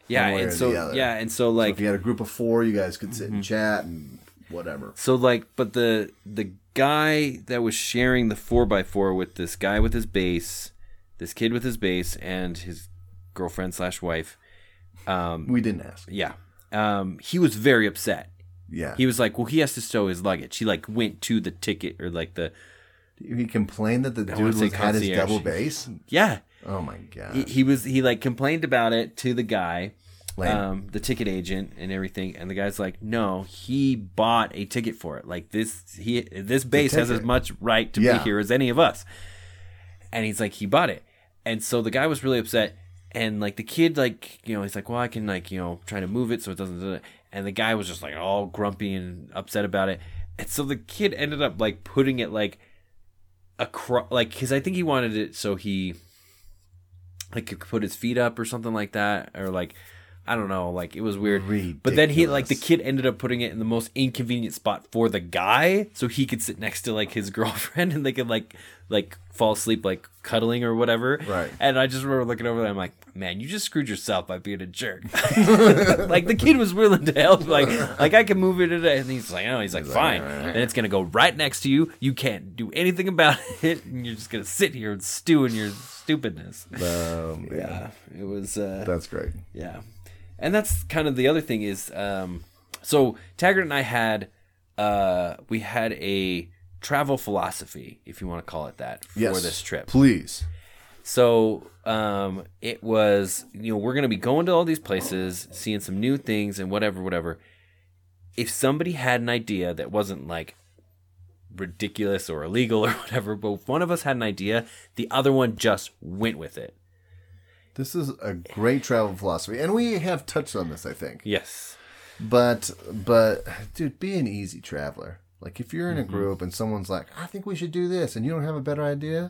[SPEAKER 2] Yeah,
[SPEAKER 1] One way
[SPEAKER 2] and
[SPEAKER 1] or the
[SPEAKER 2] so
[SPEAKER 1] other.
[SPEAKER 2] yeah, and so
[SPEAKER 1] Like
[SPEAKER 2] like
[SPEAKER 1] if you had a group of four, you guys could
[SPEAKER 2] Mm-hmm.
[SPEAKER 1] sit and chat and whatever.
[SPEAKER 2] So like, but the the guy that was sharing the four x four with this guy with his bass, this kid with his bass, and his girlfriend slash wife, um,
[SPEAKER 1] We didn't ask.
[SPEAKER 2] yeah, um, he was very upset.
[SPEAKER 1] Yeah,
[SPEAKER 2] He was like, well, he has to stow his luggage. He like went to the ticket or like the
[SPEAKER 1] he, complained that the
[SPEAKER 2] would
[SPEAKER 1] dude
[SPEAKER 2] say
[SPEAKER 1] was, had his
[SPEAKER 2] concierge.
[SPEAKER 1] double bass.
[SPEAKER 2] yeah.
[SPEAKER 1] Oh my god!
[SPEAKER 2] He, he was he like complained about it to the guy,
[SPEAKER 1] Lame.
[SPEAKER 2] um, the ticket agent and everything, and the guy's like, no, he bought a ticket for it. Like this, he this base has as
[SPEAKER 1] ticket.
[SPEAKER 2] much right to be
[SPEAKER 1] Yeah.
[SPEAKER 2] here as any of us. And he's like, he bought it, and so the guy was really upset. And like the kid, like you know, he's like, well, I can like you know try to move it so it doesn't. And the guy was just like all grumpy and upset about it. And so the kid ended up like putting it like across, like because I think he wanted it so he like could put his feet up or something like that, or like I don't know, like it was weird. But then he like the
[SPEAKER 1] Ridiculous.
[SPEAKER 2] kid ended up putting it in the most inconvenient spot for the guy, so he could sit next to like his girlfriend and they could like like fall asleep like cuddling or whatever.
[SPEAKER 1] Right.
[SPEAKER 2] And I just remember looking over there, I'm like, man, you just screwed yourself by being a jerk. like the kid was willing to help, like like I can move it today, and he's like, oh, he's like, fine. Then it's gonna go right next to you. You can't do anything about it, and you're just gonna sit here and stew in your stupidness.
[SPEAKER 1] Um, yeah.
[SPEAKER 2] Yeah, it was. uh
[SPEAKER 1] that's great.
[SPEAKER 2] yeah. And that's kind of the other thing is um so Taggart and I had uh we had a travel philosophy, if you want to call it that, for
[SPEAKER 1] Yes,
[SPEAKER 2] this trip.
[SPEAKER 1] please.
[SPEAKER 2] So um, it was, you know, we're going to be going to all these places, seeing some new things and whatever, whatever. If somebody had an idea that wasn't like ridiculous or illegal or whatever, but if one of us had an idea, the other one just went with it.
[SPEAKER 1] This is a great travel philosophy, and we have touched on this, I think.
[SPEAKER 2] Yes.
[SPEAKER 1] But but dude, be an easy traveler. Like if you're in
[SPEAKER 2] Mm-hmm.
[SPEAKER 1] a group and someone's like, I think we should do this, and you don't have a better idea,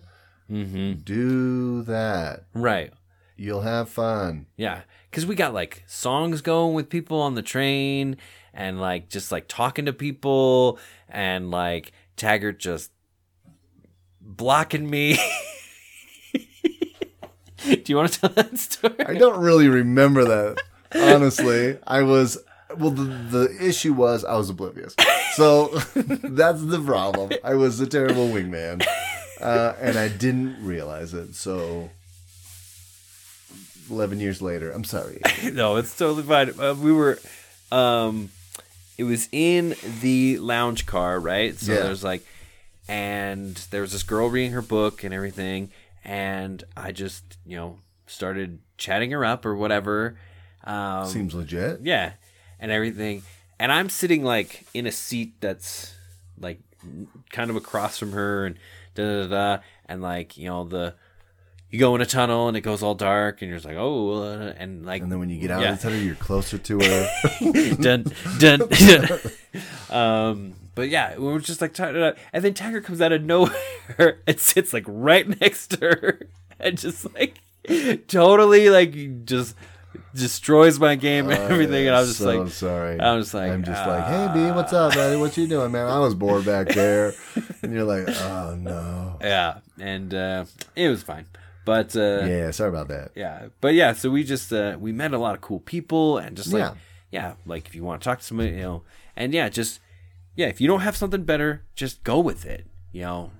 [SPEAKER 2] Mm-hmm.
[SPEAKER 1] do that.
[SPEAKER 2] Right.
[SPEAKER 1] You'll have fun.
[SPEAKER 2] Yeah, because we got like songs going with people on the train and like just like talking to people and like Taggart just blocking me. Do you want to tell that story?
[SPEAKER 1] I don't really remember that. Honestly, I was well. The, the issue was I was oblivious, so that's the problem. I was a terrible wingman, uh, and I didn't realize it. So, eleven years later, I'm sorry.
[SPEAKER 2] no, it's totally fine. Uh, we were, um, it was in the lounge car, right? So
[SPEAKER 1] Yeah.
[SPEAKER 2] there's like, and there was this girl reading her book and everything, and I just you know started chatting her up or whatever. Um,
[SPEAKER 1] Seems legit.
[SPEAKER 2] yeah, and everything. And I'm sitting like in a seat that's like n- kind of across from her, and da da da, da. and like you know the you go in a tunnel and it goes all dark, and you're just like oh, uh, and like
[SPEAKER 1] And then when you get out
[SPEAKER 2] Yeah.
[SPEAKER 1] of the tunnel, you're closer to her.
[SPEAKER 2] dun dun. dun. um, but yeah, we were just like tired, up. and then Tiger comes out of nowhere and sits like right next to her, and just like totally like just destroys my game and everything, and I was just
[SPEAKER 1] Oh, so
[SPEAKER 2] like.
[SPEAKER 1] sorry.
[SPEAKER 2] I was like, uh,
[SPEAKER 1] I'm just like, hey, B, what's up, buddy? What you doing, man? I was bored back there, and you're like, oh no.
[SPEAKER 2] Yeah, and uh, it was fine. But uh, yeah.
[SPEAKER 1] Yeah, sorry about that.
[SPEAKER 2] but yeah. So we just uh, we met a lot of cool people, and just like yeah.
[SPEAKER 1] Yeah.
[SPEAKER 2] like if you want to talk to somebody, you know, and yeah, just yeah, if you don't have something better, just go with it. You know,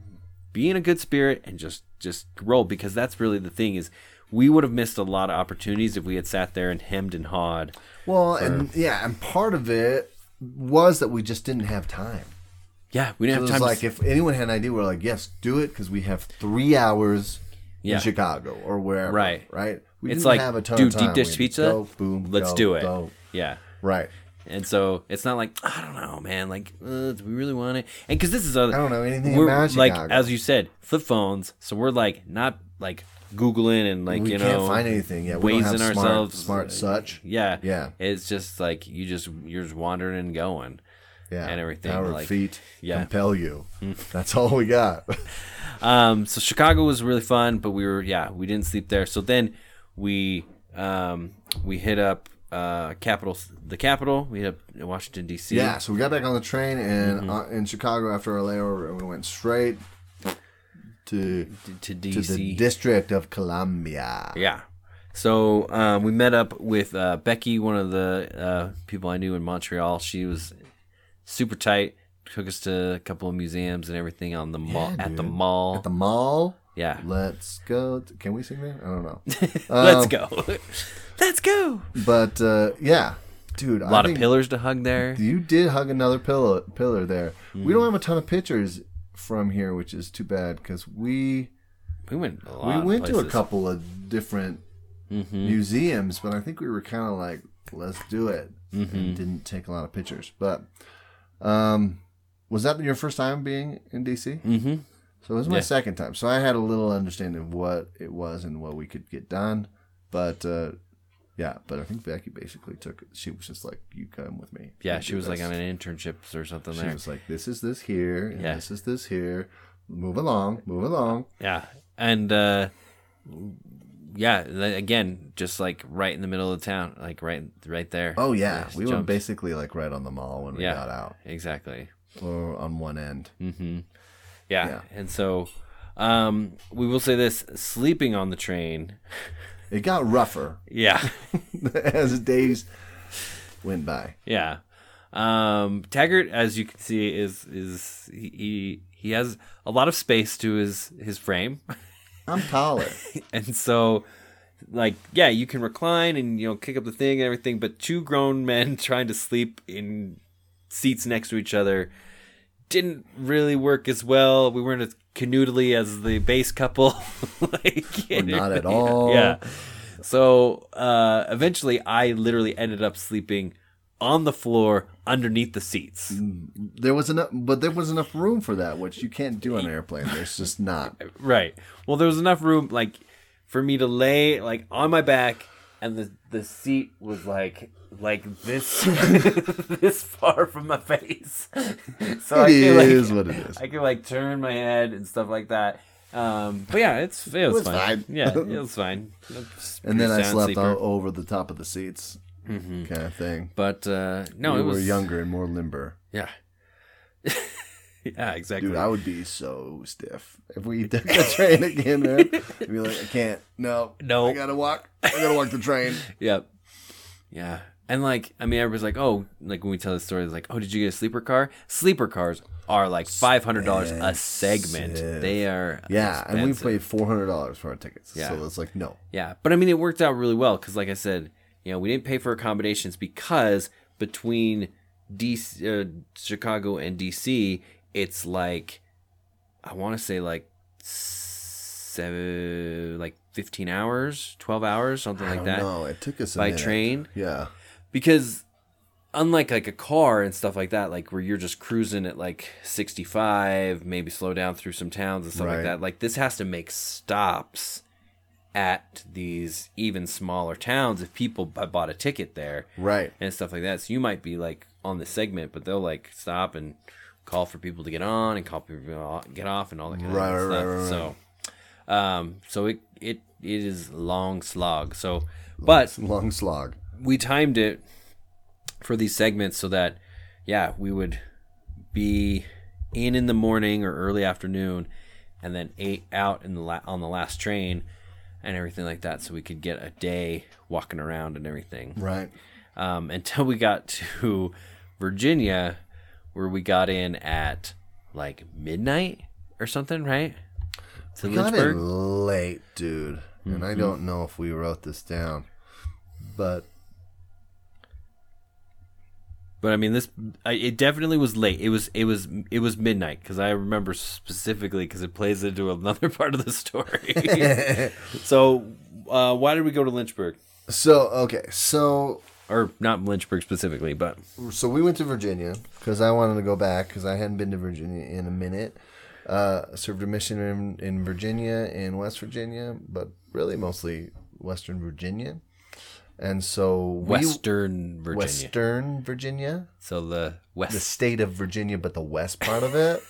[SPEAKER 2] be in a good spirit and just just roll because that's really the thing is we would have missed a lot of opportunities if we had sat there and hemmed and hawed.
[SPEAKER 1] Well, and yeah, and part of it was that we just didn't have time.
[SPEAKER 2] Yeah, we
[SPEAKER 1] It
[SPEAKER 2] didn't
[SPEAKER 1] was
[SPEAKER 2] have time.
[SPEAKER 1] like
[SPEAKER 2] to, s-
[SPEAKER 1] if anyone had an idea, we're like, yes, do it because we have three hours
[SPEAKER 2] Yeah.
[SPEAKER 1] in Chicago or wherever.
[SPEAKER 2] Right.
[SPEAKER 1] right. We
[SPEAKER 2] it's
[SPEAKER 1] didn't
[SPEAKER 2] like
[SPEAKER 1] have a ton
[SPEAKER 2] do
[SPEAKER 1] of time.
[SPEAKER 2] deep dish
[SPEAKER 1] We just
[SPEAKER 2] pizza.
[SPEAKER 1] Go, boom,
[SPEAKER 2] let's
[SPEAKER 1] go,
[SPEAKER 2] do it.
[SPEAKER 1] go.
[SPEAKER 2] Yeah.
[SPEAKER 1] Right.
[SPEAKER 2] And so it's not like I don't know, man. Like, uh, do we really want it? And because this is other,
[SPEAKER 1] I don't know anything
[SPEAKER 2] we're,
[SPEAKER 1] about
[SPEAKER 2] Like
[SPEAKER 1] Chicago.
[SPEAKER 2] as you said, flip phones. So we're like not like googling and like
[SPEAKER 1] we
[SPEAKER 2] you
[SPEAKER 1] can't
[SPEAKER 2] know
[SPEAKER 1] find anything. Yeah, we don't
[SPEAKER 2] ways
[SPEAKER 1] have
[SPEAKER 2] in
[SPEAKER 1] smart,
[SPEAKER 2] ourselves. uh,
[SPEAKER 1] smart such.
[SPEAKER 2] Yeah,
[SPEAKER 1] Yeah.
[SPEAKER 2] It's just like you just you're just wandering and going.
[SPEAKER 1] Yeah,
[SPEAKER 2] and everything,
[SPEAKER 1] Our
[SPEAKER 2] like-
[SPEAKER 1] feet
[SPEAKER 2] yeah. Hmm.
[SPEAKER 1] compel you. That's all we got.
[SPEAKER 2] Um, so Chicago was really fun, but we were yeah we didn't sleep there. So then we um we hit up uh capital the capital. We hit up Washington D.C.
[SPEAKER 1] Yeah, so we got back on the train and
[SPEAKER 2] Hmm.
[SPEAKER 1] uh, in Chicago after our layover, and we went straight to
[SPEAKER 2] to
[SPEAKER 1] to
[SPEAKER 2] D.C.
[SPEAKER 1] the District of Columbia.
[SPEAKER 2] Yeah. So um, we met up with uh, Becky, one of the uh, people I knew in Montreal. She was super tight. Took us to a couple of museums and everything on the mall
[SPEAKER 1] Yeah,
[SPEAKER 2] at the
[SPEAKER 1] dude.
[SPEAKER 2] mall.
[SPEAKER 1] At the mall. Um,
[SPEAKER 2] yeah.
[SPEAKER 1] Let's go. to- can we sing that? I don't know.
[SPEAKER 2] Let's go. Let's go.
[SPEAKER 1] But uh, yeah, dude,
[SPEAKER 2] A lot of pillars to hug there.
[SPEAKER 1] You did hug another pillow, pillar there. We
[SPEAKER 2] Hmm.
[SPEAKER 1] don't have a ton of pictures from here, which is too bad because we
[SPEAKER 2] We went. A lot
[SPEAKER 1] we
[SPEAKER 2] of
[SPEAKER 1] went to a
[SPEAKER 2] places. Mm-hmm.
[SPEAKER 1] couple of different museums, but I think we were kind of like, let's do it,
[SPEAKER 2] Mm-hmm.
[SPEAKER 1] and didn't take a lot of pictures. But um, was that your first time being in DC? Mm-hmm. So it was my
[SPEAKER 2] Yeah.
[SPEAKER 1] second time, so I had a little understanding of what it was and what we could get done. But uh, yeah, but I think Becky basically took. She was just like, "You come with me."
[SPEAKER 2] Yeah,
[SPEAKER 1] We'll
[SPEAKER 2] she
[SPEAKER 1] do
[SPEAKER 2] was like
[SPEAKER 1] this."
[SPEAKER 2] on an internship or something
[SPEAKER 1] She
[SPEAKER 2] there.
[SPEAKER 1] was like, "This is this here, and
[SPEAKER 2] Yeah.
[SPEAKER 1] this is this here. Move along, move along."
[SPEAKER 2] Yeah, and uh, yeah, th- again, just like right in the middle of town, like right, right there.
[SPEAKER 1] Oh yeah,
[SPEAKER 2] Just
[SPEAKER 1] we were
[SPEAKER 2] jumped.
[SPEAKER 1] basically like right on the mall when we
[SPEAKER 2] Yeah.
[SPEAKER 1] got out,
[SPEAKER 2] exactly.
[SPEAKER 1] or on one end.
[SPEAKER 2] Mm-hmm. Yeah.
[SPEAKER 1] Yeah.
[SPEAKER 2] And so um, we will say this sleeping on the train.
[SPEAKER 1] It got rougher
[SPEAKER 2] Yeah.
[SPEAKER 1] as days went by.
[SPEAKER 2] yeah. Um, Taggart, as you can see, is is he, he he has a lot of space to his his frame,
[SPEAKER 1] I'm taller.
[SPEAKER 2] and so like yeah, you can recline and you know kick up the thing and everything, but two grown men trying to sleep in seats next to each other didn't really work as well. We weren't as canoodly as the base couple. like,
[SPEAKER 1] Or not at all.
[SPEAKER 2] Yeah. So uh, eventually, I literally ended up sleeping on the floor underneath the seats.
[SPEAKER 1] There was enough, but there was enough room for that, which you can't do on an airplane. There's just not.
[SPEAKER 2] Right. Well, there was enough room, like, for me to lay like on my back, and the the seat was like like this this far from my face. So I
[SPEAKER 1] It
[SPEAKER 2] could, like,
[SPEAKER 1] is what it is.
[SPEAKER 2] I could like turn my head and stuff like that. Um, but yeah, it's it
[SPEAKER 1] was
[SPEAKER 2] was, fine.
[SPEAKER 1] fine.
[SPEAKER 2] Yeah, it was fine.
[SPEAKER 1] And then I
[SPEAKER 2] Sound
[SPEAKER 1] slept
[SPEAKER 2] sleeper.
[SPEAKER 1] all over the top of the seats, kind of thing.
[SPEAKER 2] But uh, no,
[SPEAKER 1] we
[SPEAKER 2] it was
[SPEAKER 1] were younger and more limber.
[SPEAKER 2] Yeah. yeah, exactly.
[SPEAKER 1] Dude, I would be so stiff if we took the train again, man. I'd be like, I can't. No,
[SPEAKER 2] No.
[SPEAKER 1] I gotta walk. I gotta walk the train.
[SPEAKER 2] Yep. Yeah. And like, I mean, everybody's like, oh, like when we tell the story, it's like, oh, did you get a sleeper car? Sleeper cars are like five hundred dollars a segment.
[SPEAKER 1] Expensive.
[SPEAKER 2] They are.
[SPEAKER 1] Yeah, and we
[SPEAKER 2] expensive.
[SPEAKER 1] paid four hundred dollars for our tickets.
[SPEAKER 2] Yeah.
[SPEAKER 1] So it's like, no,
[SPEAKER 2] Yeah, but I mean, it worked out really well because, like I said, you know, we didn't pay for accommodations because between DC, uh, Chicago and DC, it's like I want to say like seven, like fifteen hours, twelve hours, something
[SPEAKER 1] I
[SPEAKER 2] like
[SPEAKER 1] don't
[SPEAKER 2] that
[SPEAKER 1] know. It took us a
[SPEAKER 2] by
[SPEAKER 1] minute.
[SPEAKER 2] train
[SPEAKER 1] Yeah,
[SPEAKER 2] because unlike like a car and stuff like that like where you're just cruising at like 65 maybe slow down through some towns and stuff
[SPEAKER 1] Right.
[SPEAKER 2] like that like this has to make stops at these even smaller towns if people b- bought a ticket there
[SPEAKER 1] right.
[SPEAKER 2] and stuff like that so you might be like on the segment but they'll like stop and call for people to get on and call people to get off- get off and all that kind
[SPEAKER 1] Right,
[SPEAKER 2] of
[SPEAKER 1] right,
[SPEAKER 2] stuff
[SPEAKER 1] right, right,
[SPEAKER 2] so um so it it it is long slog so but
[SPEAKER 1] Long slog.
[SPEAKER 2] we timed it for these segments so that yeah we would be in in the morning or early afternoon and then eight out in the la- on the last train and everything like that so we could get a day walking around and everything
[SPEAKER 1] Right.
[SPEAKER 2] um, until we got to virginia where we got in at like midnight or something right to
[SPEAKER 1] We got in late, dude. And
[SPEAKER 2] Mm-hmm.
[SPEAKER 1] I don't know if we wrote this down, but
[SPEAKER 2] But I mean, this I, it definitely was late. It was it was it was midnight because I remember specifically because it plays into another part of the story. so, uh, why did we go to Lynchburg?
[SPEAKER 1] so okay, so
[SPEAKER 2] Or not Lynchburg specifically, but
[SPEAKER 1] so we went to Virginia because I wanted to go back because I hadn't been to Virginia in a minute. Uh, served a mission in, in Virginia and West Virginia, but really mostly Western Virginia. And so we-
[SPEAKER 2] Western Virginia.
[SPEAKER 1] Western Virginia,
[SPEAKER 2] So the
[SPEAKER 1] the
[SPEAKER 2] West.
[SPEAKER 1] state of Virginia, but the west part of it.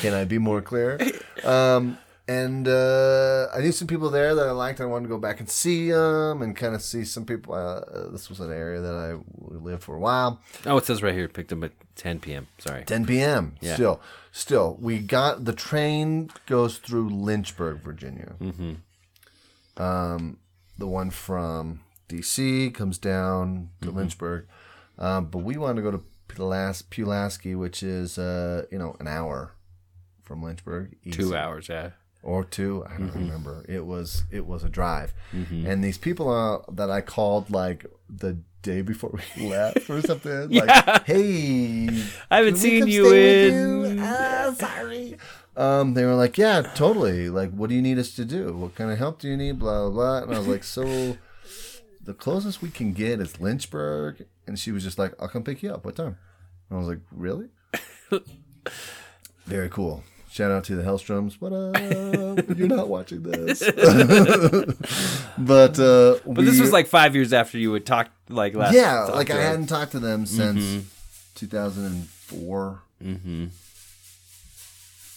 [SPEAKER 1] Can I be more clear? Um, and uh, I knew some people there that I liked. I wanted to go back and see them and kind of see some people. Uh, this was an area that I lived for a while.
[SPEAKER 2] Oh, it says right here. Picked up at 10 p.m. Sorry.
[SPEAKER 1] 10 p.m.
[SPEAKER 2] Yeah.
[SPEAKER 1] Still, still, we got the train goes through Lynchburg, Virginia. Mm-hmm. Um,
[SPEAKER 2] Mm-hmm.
[SPEAKER 1] the one from D.C. comes down to
[SPEAKER 2] Mm-hmm.
[SPEAKER 1] Lynchburg, um, but we wanted to go to Pulas- Pulaski, which is uh, you know an hour from Lynchburg.
[SPEAKER 2] Two Mm-hmm.
[SPEAKER 1] easy
[SPEAKER 2] hours. Yeah.
[SPEAKER 1] or two. I don't remember. It was it was a drive,
[SPEAKER 2] Mm-hmm.
[SPEAKER 1] and these people uh, that I called like the day before we left or something. Like, hey,
[SPEAKER 2] I haven't
[SPEAKER 1] can we
[SPEAKER 2] seen
[SPEAKER 1] come
[SPEAKER 2] you
[SPEAKER 1] stay with
[SPEAKER 2] in-
[SPEAKER 1] you? Ah, sorry. Um, they were like, yeah, totally. Like, what do you need us to do? What kind of help do you need? Blah blah. blah. And I was like, so. The closest we can get is Lynchburg, and she was just like, "I'll come pick you up. What time?" And I was like, "Really?" Very cool. Shout out to the Hellstroms. What up? You're not watching this. but uh
[SPEAKER 2] But this was like five years after you would talk like last.
[SPEAKER 1] Yeah,
[SPEAKER 2] talked
[SPEAKER 1] like
[SPEAKER 2] to
[SPEAKER 1] I
[SPEAKER 2] her. Mm-hmm.
[SPEAKER 1] hadn't talked to them since 2004. Mm-hmm.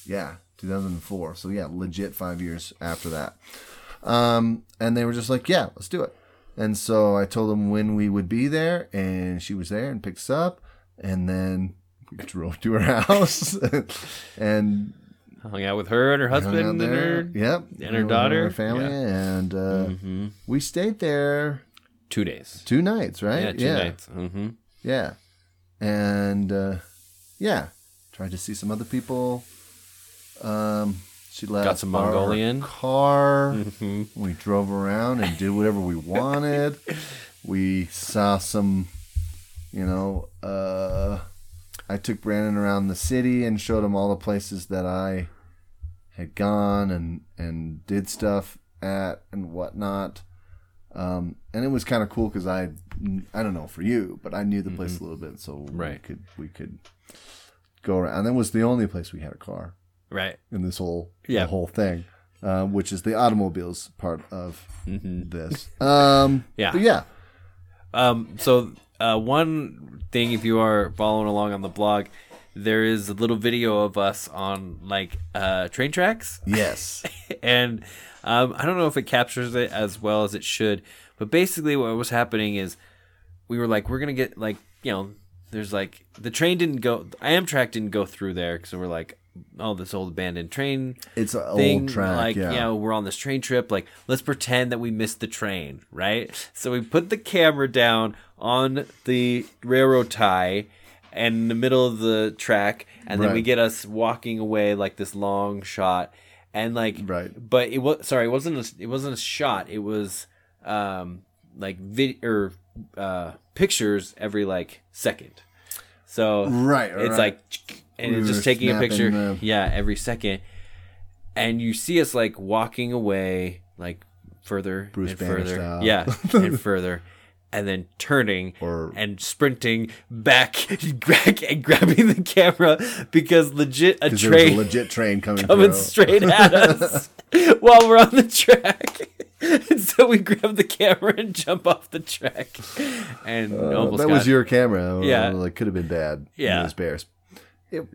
[SPEAKER 1] Yeah, 2004. So yeah, legit five years after that. Um, and they were just like, "Yeah, let's do it." And so I told them when we would be there, and she was there and picks up, and then we drove to her house, and
[SPEAKER 2] hung out with her and her
[SPEAKER 1] hung out
[SPEAKER 2] husband and
[SPEAKER 1] there.
[SPEAKER 2] her
[SPEAKER 1] yep,
[SPEAKER 2] her daughter. Mm-hmm.
[SPEAKER 1] her family, and uh, we stayed there
[SPEAKER 2] two days.
[SPEAKER 1] two nights, right?
[SPEAKER 2] Yeah, two nights. Mm-hmm.
[SPEAKER 1] Yeah. And uh, yeah, tried to see some other people. Um, she left
[SPEAKER 2] Got some
[SPEAKER 1] our
[SPEAKER 2] Mongolian. Mm-hmm.
[SPEAKER 1] car. We drove around and did whatever we wanted. we saw some, you know, uh, I took Brandon around the city and showed him all the places that I had gone and and did stuff at and whatnot. Um, and it was kind of cool because I I don't know for you, but I knew the place a little bit, so we
[SPEAKER 2] Right.
[SPEAKER 1] could we could go around. And that was the only place we had a car
[SPEAKER 2] Right.
[SPEAKER 1] in this whole
[SPEAKER 2] Yeah.
[SPEAKER 1] the whole thing, uh, which is the automobiles part of
[SPEAKER 2] Mm-hmm.
[SPEAKER 1] this. Um,
[SPEAKER 2] Yeah.
[SPEAKER 1] but yeah,
[SPEAKER 2] Um, so uh, one thing, if you are following along on the blog, there is a little video of us on like uh, train tracks,
[SPEAKER 1] yes,
[SPEAKER 2] and um, I don't know if it captures it as well as it should, but basically what was happening is we were like, we're gonna get like you know, there's like the train didn't go, Amtrak didn't go through there, so we're like, oh, this old abandoned train
[SPEAKER 1] it's an
[SPEAKER 2] thing
[SPEAKER 1] old track.
[SPEAKER 2] like
[SPEAKER 1] yeah.
[SPEAKER 2] you know we're on this train trip like let's pretend that we missed the train right so we put the camera down on the railroad tie and in the middle of the track and then we
[SPEAKER 1] Right.
[SPEAKER 2] get us walking away like this long shot and like
[SPEAKER 1] Right.
[SPEAKER 2] but it was sorry it wasn't a, it wasn't a shot it was um like vid or uh pictures every like second so
[SPEAKER 1] Right,
[SPEAKER 2] it's
[SPEAKER 1] right.
[SPEAKER 2] like and
[SPEAKER 1] We
[SPEAKER 2] it's
[SPEAKER 1] were
[SPEAKER 2] just taking a
[SPEAKER 1] snapping
[SPEAKER 2] picture
[SPEAKER 1] the-
[SPEAKER 2] yeah every second and you see us like walking away like further
[SPEAKER 1] Bruce
[SPEAKER 2] and
[SPEAKER 1] Banner
[SPEAKER 2] further
[SPEAKER 1] style.
[SPEAKER 2] yeah and further and then turning
[SPEAKER 1] Or-
[SPEAKER 2] and sprinting back back and grabbing the camera because legit a
[SPEAKER 1] 'Cause there was
[SPEAKER 2] train
[SPEAKER 1] a legit train coming,
[SPEAKER 2] coming
[SPEAKER 1] through.
[SPEAKER 2] straight at us while we're on the track and so we grab the camera and jump off the track and
[SPEAKER 1] Uh,
[SPEAKER 2] almost
[SPEAKER 1] that
[SPEAKER 2] got
[SPEAKER 1] was your camera.
[SPEAKER 2] Yeah.
[SPEAKER 1] Yeah, it could have been bad.
[SPEAKER 2] Yeah.
[SPEAKER 1] it was bears. It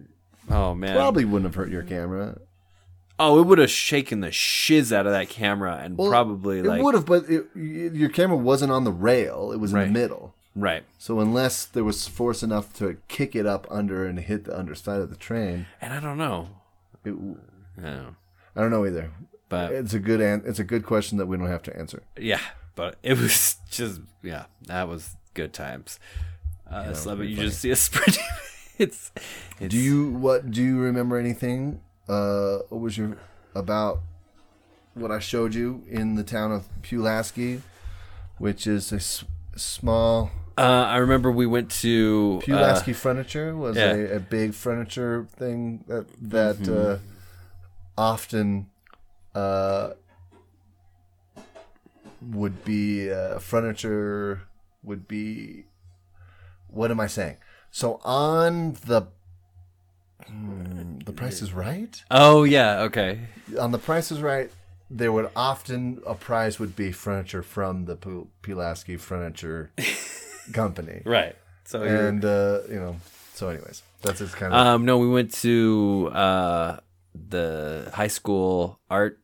[SPEAKER 2] oh man
[SPEAKER 1] probably wouldn't have hurt your camera.
[SPEAKER 2] Oh, it would have shaken the shiz out of that camera and
[SPEAKER 1] Well,
[SPEAKER 2] probably
[SPEAKER 1] it
[SPEAKER 2] like
[SPEAKER 1] would have, but it, y your camera wasn't on the rail. It was
[SPEAKER 2] Right.
[SPEAKER 1] in the middle.
[SPEAKER 2] right.
[SPEAKER 1] So unless there was force enough to kick it up under and hit the underside of the train,
[SPEAKER 2] And I don't know.
[SPEAKER 1] it,
[SPEAKER 2] No.
[SPEAKER 1] I don't know either.
[SPEAKER 2] But
[SPEAKER 1] It's a good an- it's a good question that we don't have to answer.
[SPEAKER 2] yeah, but it was just yeah, that was good times. Uh,
[SPEAKER 1] that
[SPEAKER 2] so,
[SPEAKER 1] was
[SPEAKER 2] but
[SPEAKER 1] pretty
[SPEAKER 2] you just see a sprint. it's, it's
[SPEAKER 1] Do you what do you remember anything? Uh, what was your about what I showed you in the town of Pulaski, which is a s- small
[SPEAKER 2] Uh, I remember we went to uh,
[SPEAKER 1] Pulaski Furniture was
[SPEAKER 2] yeah. Mm-hmm.
[SPEAKER 1] a, a big furniture thing that that uh, often uh, would be uh, furniture would be what am I saying? So on the hmm, the Price is Right
[SPEAKER 2] oh yeah okay
[SPEAKER 1] on the Price is Right. There would often a prize would be furniture from the Pu- Pulaski Furniture Company
[SPEAKER 2] right so you're-
[SPEAKER 1] and uh, you know, so anyways, that's his kind of
[SPEAKER 2] um no we went to uh the high school art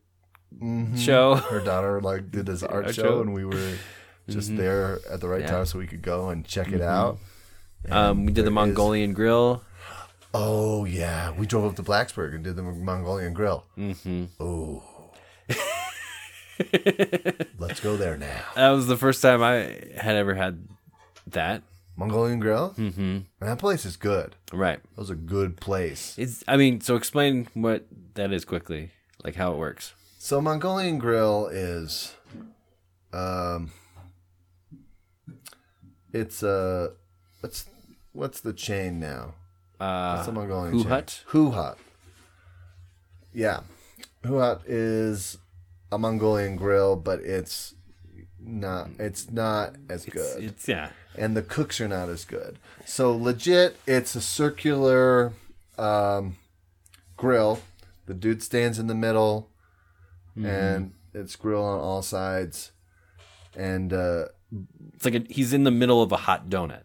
[SPEAKER 1] Mhm.
[SPEAKER 2] show
[SPEAKER 1] Her daughter like did this art
[SPEAKER 2] Art
[SPEAKER 1] show,
[SPEAKER 2] show.
[SPEAKER 1] and we were just there at the right
[SPEAKER 2] Mm-hmm. Yeah. Mm-hmm.
[SPEAKER 1] time so we could go and check it out.
[SPEAKER 2] um we did the
[SPEAKER 1] there is-
[SPEAKER 2] Mongolian grill
[SPEAKER 1] Oh yeah, we drove up to Blacksburg and did the Mongolian Grill.
[SPEAKER 2] mm-hmm.
[SPEAKER 1] Oh, let's go there now.
[SPEAKER 2] That was the first time I had ever had that.
[SPEAKER 1] Mongolian Grill,
[SPEAKER 2] Mm-hmm.
[SPEAKER 1] and that place is good.
[SPEAKER 2] Right.
[SPEAKER 1] That was a good place.
[SPEAKER 2] It's. I mean, so explain what that is quickly, like how it works.
[SPEAKER 1] So Mongolian Grill is, um, it's a what's what's the chain now?
[SPEAKER 2] Uh,
[SPEAKER 1] What's the Mongolian
[SPEAKER 2] Who
[SPEAKER 1] chain?
[SPEAKER 2] Hut?
[SPEAKER 1] Who Hut. Yeah, Who Hut is a Mongolian Grill, but it's not it's not as
[SPEAKER 2] it's,
[SPEAKER 1] good,
[SPEAKER 2] it's yeah.
[SPEAKER 1] and the cooks are not as good. So legit, it's a circular um, grill. The dude stands in the middle and it's grill on all sides and uh
[SPEAKER 2] It's like a, he's in the middle of a hot donut,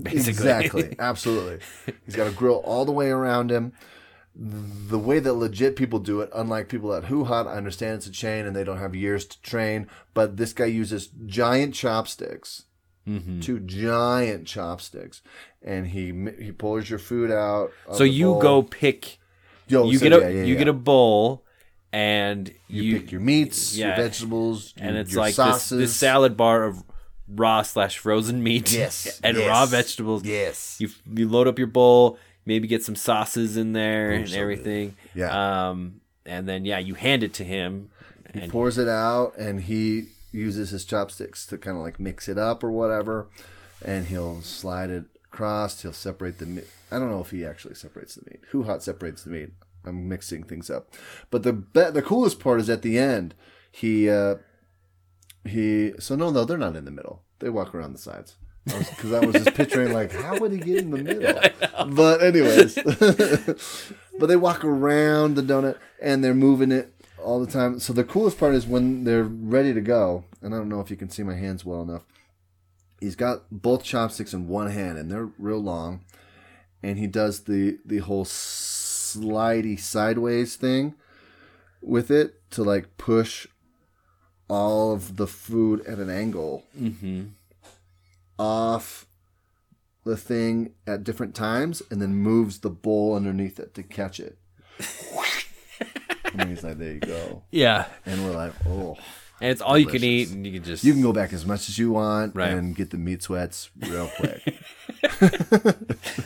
[SPEAKER 2] basically.
[SPEAKER 1] exactly absolutely he's got a grill all the way around him the way that legit people do it unlike people at who hot i understand it's a chain and they don't have years to train but this guy uses giant chopsticks
[SPEAKER 2] hmm
[SPEAKER 1] two giant chopsticks and he mi- he pours your food out of
[SPEAKER 2] So
[SPEAKER 1] the
[SPEAKER 2] you
[SPEAKER 1] bowl.
[SPEAKER 2] go pick.
[SPEAKER 1] Yo,
[SPEAKER 2] you
[SPEAKER 1] so
[SPEAKER 2] get a
[SPEAKER 1] yeah, yeah,
[SPEAKER 2] you
[SPEAKER 1] yeah.
[SPEAKER 2] get a bowl, and you,
[SPEAKER 1] you, pick your meats
[SPEAKER 2] yeah.
[SPEAKER 1] your vegetables
[SPEAKER 2] and
[SPEAKER 1] your,
[SPEAKER 2] it's
[SPEAKER 1] your
[SPEAKER 2] like this,
[SPEAKER 1] sauces
[SPEAKER 2] this salad bar of raw slash frozen meat
[SPEAKER 1] Yes,
[SPEAKER 2] and
[SPEAKER 1] yes,
[SPEAKER 2] raw vegetables.
[SPEAKER 1] yes
[SPEAKER 2] you you load up your bowl, maybe get some sauces in there and
[SPEAKER 1] so good.
[SPEAKER 2] everything.
[SPEAKER 1] Yeah.
[SPEAKER 2] Um, and then yeah, you hand it to him.
[SPEAKER 1] He
[SPEAKER 2] And,
[SPEAKER 1] pours it out and he uses his chopsticks to kind of like mix it up or whatever. And he'll slide it crossed. He'll separate the meat. I don't know if he actually separates the meat. Who hot separates the meat? I'm mixing things up. But the be- the coolest part is at the end. He uh, he. So no, no, they're not in the middle. They walk around the sides. Because I, was just picturing like, how would he get in the middle? But anyways, but they walk around the donut and they're moving it all the time. So the coolest part is when they're ready to go, and I don't know if you can see my hands well enough. He's got both chopsticks in one hand, and they're real long, and he does the the whole slidey sideways thing with it to like push all of the food at an angle
[SPEAKER 2] Mm-hmm.
[SPEAKER 1] off the thing at different times and then moves the bowl underneath it to catch it. and he's like, there you go.
[SPEAKER 2] Yeah,
[SPEAKER 1] And we're like, oh.
[SPEAKER 2] and it's all you can eat, and you can just
[SPEAKER 1] You can go back as much as you want
[SPEAKER 2] Right.
[SPEAKER 1] and get the meat sweats real quick.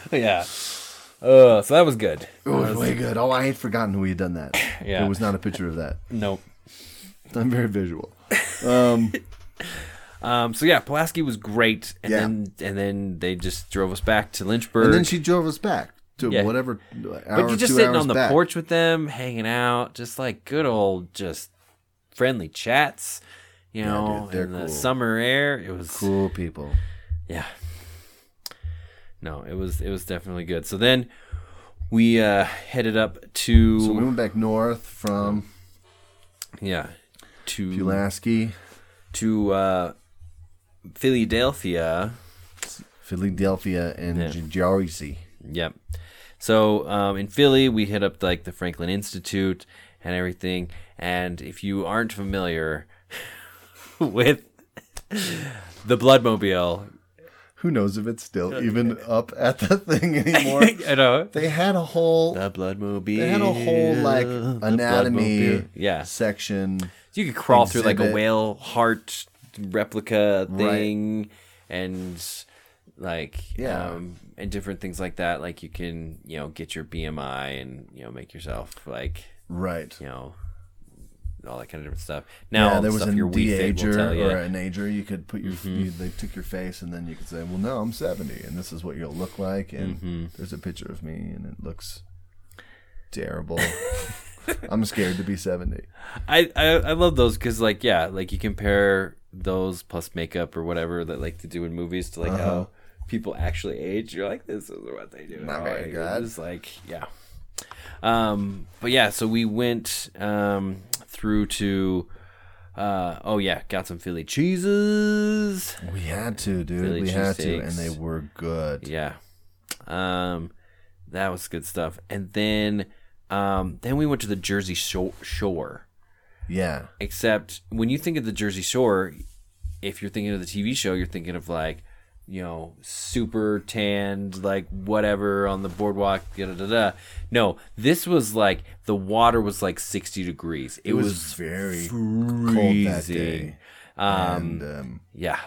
[SPEAKER 2] yeah. Uh, so that was good.
[SPEAKER 1] it was way good. Oh, I had forgotten who had done that.
[SPEAKER 2] Yeah.
[SPEAKER 1] There was not a picture of that.
[SPEAKER 2] Nope.
[SPEAKER 1] I'm very visual. Um,
[SPEAKER 2] Um, so yeah, Pulaski was great, and
[SPEAKER 1] Yeah.
[SPEAKER 2] then and then they just drove us back to Lynchburg.
[SPEAKER 1] and then she drove us back to
[SPEAKER 2] Yeah.
[SPEAKER 1] whatever hour,
[SPEAKER 2] but you're just
[SPEAKER 1] two
[SPEAKER 2] sitting
[SPEAKER 1] hours
[SPEAKER 2] on the
[SPEAKER 1] back.
[SPEAKER 2] porch with them, hanging out, just like good old just friendly chats. You know,
[SPEAKER 1] dude, they're
[SPEAKER 2] in the
[SPEAKER 1] cool.
[SPEAKER 2] summer air, it was
[SPEAKER 1] Cool people.
[SPEAKER 2] yeah. No, it was it was definitely good. So then we uh headed up to
[SPEAKER 1] So we went back north from
[SPEAKER 2] yeah to
[SPEAKER 1] Pulaski,
[SPEAKER 2] Mm-hmm. to uh Philadelphia.
[SPEAKER 1] Philadelphia, and
[SPEAKER 2] Yeah.
[SPEAKER 1] Jersey.
[SPEAKER 2] Yep. So um, in Philly, we hit up like the Franklin Institute and everything. And if you aren't familiar with the Bloodmobile,
[SPEAKER 1] Who knows if it's still even up at the thing anymore?
[SPEAKER 2] I know
[SPEAKER 1] they had a whole
[SPEAKER 2] the Bloodmobile.
[SPEAKER 1] they had a whole like
[SPEAKER 2] the
[SPEAKER 1] anatomy
[SPEAKER 2] Bloodmobile. Yeah, so
[SPEAKER 1] section.
[SPEAKER 2] you could crawl through like a
[SPEAKER 1] exhibit.
[SPEAKER 2] whale heart replica thing, and like
[SPEAKER 1] Yeah.
[SPEAKER 2] um, and different things like that. Like you can you know get your BMI and you know make yourself like
[SPEAKER 1] Right.
[SPEAKER 2] you know, all that kind of different stuff. Now
[SPEAKER 1] yeah, there was
[SPEAKER 2] stuff
[SPEAKER 1] a
[SPEAKER 2] your Wii Fit will
[SPEAKER 1] de-ager
[SPEAKER 2] tell Mm-hmm. you.
[SPEAKER 1] or an ager. You could put your you, they took your face and then you could say, "Well, no, I'm 70, and this is what you'll look like." And
[SPEAKER 2] Mm-hmm.
[SPEAKER 1] there's a picture of me, and it looks terrible. I'm scared to be 70.
[SPEAKER 2] I, I I love those because like yeah, like you compare those plus makeup or whatever that like to do in movies to like how people actually age. You're like, this is what they do.
[SPEAKER 1] Uh-huh. Not
[SPEAKER 2] Oh,
[SPEAKER 1] very
[SPEAKER 2] it
[SPEAKER 1] good.
[SPEAKER 2] was like yeah. Um, but yeah, so we went um through to. Uh, oh yeah, got some Philly cheeses.
[SPEAKER 1] We had to, dude.
[SPEAKER 2] Philly
[SPEAKER 1] we had to, and
[SPEAKER 2] cheesesteaks.
[SPEAKER 1] they were good.
[SPEAKER 2] Yeah. Um that was good stuff. And then um then we went to the Jersey Sho- Shore.
[SPEAKER 1] Yeah,
[SPEAKER 2] Except when you think of the Jersey Shore, if you're thinking of the TV show, you're thinking of like, you know, super tanned, like whatever on the boardwalk, da da da. da. No, this was like the water was like 60 degrees. It,
[SPEAKER 1] it was,
[SPEAKER 2] was,
[SPEAKER 1] very cold
[SPEAKER 2] freezing.
[SPEAKER 1] that day.
[SPEAKER 2] Um,
[SPEAKER 1] and um,
[SPEAKER 2] yeah.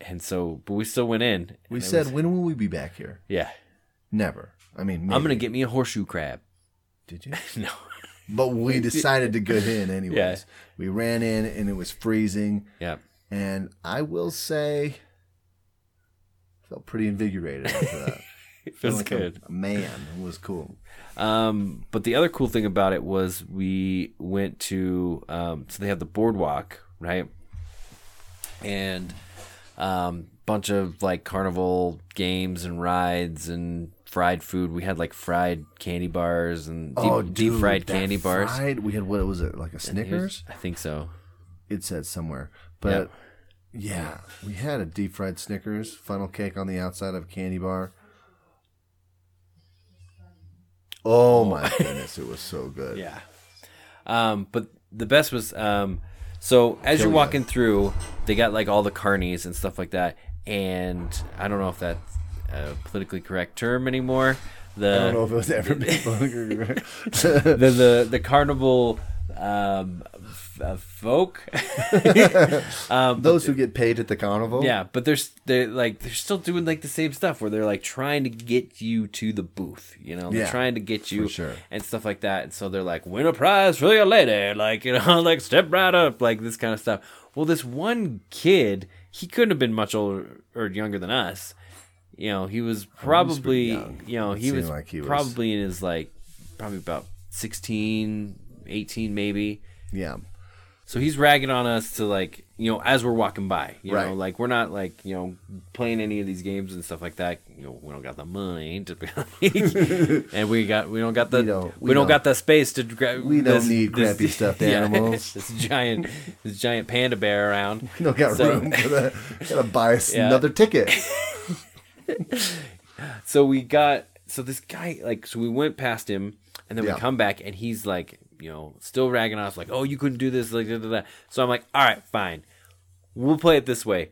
[SPEAKER 2] And so, but we still went in.
[SPEAKER 1] we
[SPEAKER 2] and it
[SPEAKER 1] said,
[SPEAKER 2] was-
[SPEAKER 1] "When will we be back here?"
[SPEAKER 2] yeah,
[SPEAKER 1] Never. I mean, maybe.
[SPEAKER 2] I'm gonna get me a horseshoe crab.
[SPEAKER 1] Did you?
[SPEAKER 2] No.
[SPEAKER 1] But we decided to get in anyways.
[SPEAKER 2] Yeah.
[SPEAKER 1] We ran in, and it was freezing.
[SPEAKER 2] Yeah.
[SPEAKER 1] And I will say, felt pretty invigorated after that. Felt
[SPEAKER 2] It feels
[SPEAKER 1] like a-
[SPEAKER 2] good.
[SPEAKER 1] A man who was cool.
[SPEAKER 2] Um, but the other cool thing about it was we went to um, so they have the boardwalk, right? And um, bunch of like carnival games and rides and fried food. We had like fried candy bars and deep, deep
[SPEAKER 1] Oh, dude,
[SPEAKER 2] fried
[SPEAKER 1] that
[SPEAKER 2] candy bars.
[SPEAKER 1] fried- we had what was it like a Snickers?
[SPEAKER 2] I think so.
[SPEAKER 1] It said somewhere, but yeah, we had a deep fried Snickers funnel cake on the outside of a candy bar. Oh my goodness, it was so good.
[SPEAKER 2] Yeah. Um, but the best was um, so as you're walking through, they got like all the carnies and stuff like that. And I don't know if that's a politically correct term anymore. The
[SPEAKER 1] I don't know if it was ever been
[SPEAKER 2] the the the carnival um, f- uh, folk.
[SPEAKER 1] Those who get paid at the carnival.
[SPEAKER 2] yeah, but they're s- they're like they're still doing like the same stuff where they're like trying to get you to the booth, you know, they're
[SPEAKER 1] Yeah,
[SPEAKER 2] trying to get you
[SPEAKER 1] for sure.
[SPEAKER 2] and stuff like that. And so they're like win a prize for your lady, like you know, like step right up, like this kind of stuff. Well, this one kid, he couldn't have been much older or younger than us. you know, he
[SPEAKER 1] was
[SPEAKER 2] was
[SPEAKER 1] pretty
[SPEAKER 2] probably,
[SPEAKER 1] young.
[SPEAKER 2] you know,
[SPEAKER 1] It
[SPEAKER 2] he was,
[SPEAKER 1] seemed like he was-
[SPEAKER 2] probably in his like, probably about 16, 18 maybe.
[SPEAKER 1] Yeah.
[SPEAKER 2] So he's ragging on us to like, you know, as we're walking by, you
[SPEAKER 1] Right.
[SPEAKER 2] know, like we're not like, you know, playing any of these games and stuff like that. You know, we don't got the money to be and we got we don't got the
[SPEAKER 1] We
[SPEAKER 2] we
[SPEAKER 1] don't-
[SPEAKER 2] don't,
[SPEAKER 1] we don't-
[SPEAKER 2] got the space to grab.
[SPEAKER 1] we don't need crappy stuffed animals.
[SPEAKER 2] this giant this giant panda bear around.
[SPEAKER 1] You don't got
[SPEAKER 2] So-
[SPEAKER 1] room for that. Gotta buy us
[SPEAKER 2] Yeah.
[SPEAKER 1] another ticket.
[SPEAKER 2] so we got so this guy like so we went past him and then
[SPEAKER 1] Yeah.
[SPEAKER 2] we come back and he's like you know still ragging off like oh you couldn't do this like da, da, da. so i'm like all right fine we'll play it this way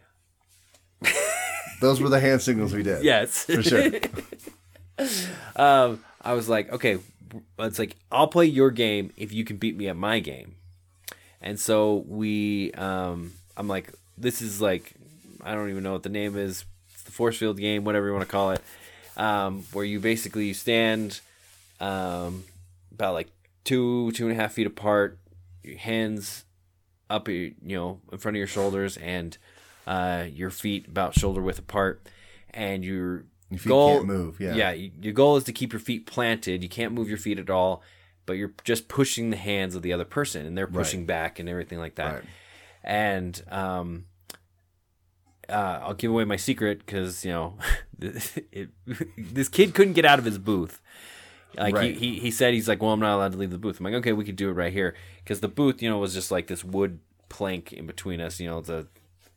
[SPEAKER 1] Those were the hand signals we did.
[SPEAKER 2] yes
[SPEAKER 1] For sure.
[SPEAKER 2] um i was like okay it's like i'll play your game if you can beat me at my game and so we um i'm like this is like i don't even know what the name is it's the force field game whatever you want to call it um where you basically you stand um about like two two and a half feet apart your hands up at your- you know in front of your shoulders and uh your feet about shoulder width apart and your
[SPEAKER 1] Your feet can't move, yeah.
[SPEAKER 2] yeah y- your goal is to keep your feet planted you can't move your feet at all but you're just pushing the hands of the other person and they're pushing back and everything like that
[SPEAKER 1] Right.
[SPEAKER 2] and um uh, I'll give away my secret because you know it, this kid couldn't get out of his booth. Like
[SPEAKER 1] Right.
[SPEAKER 2] he, he he said he's like, well, I'm not allowed to leave the booth. I'm like, okay, we could do it right here because the booth, you know, was just like this wood plank in between us, you know, to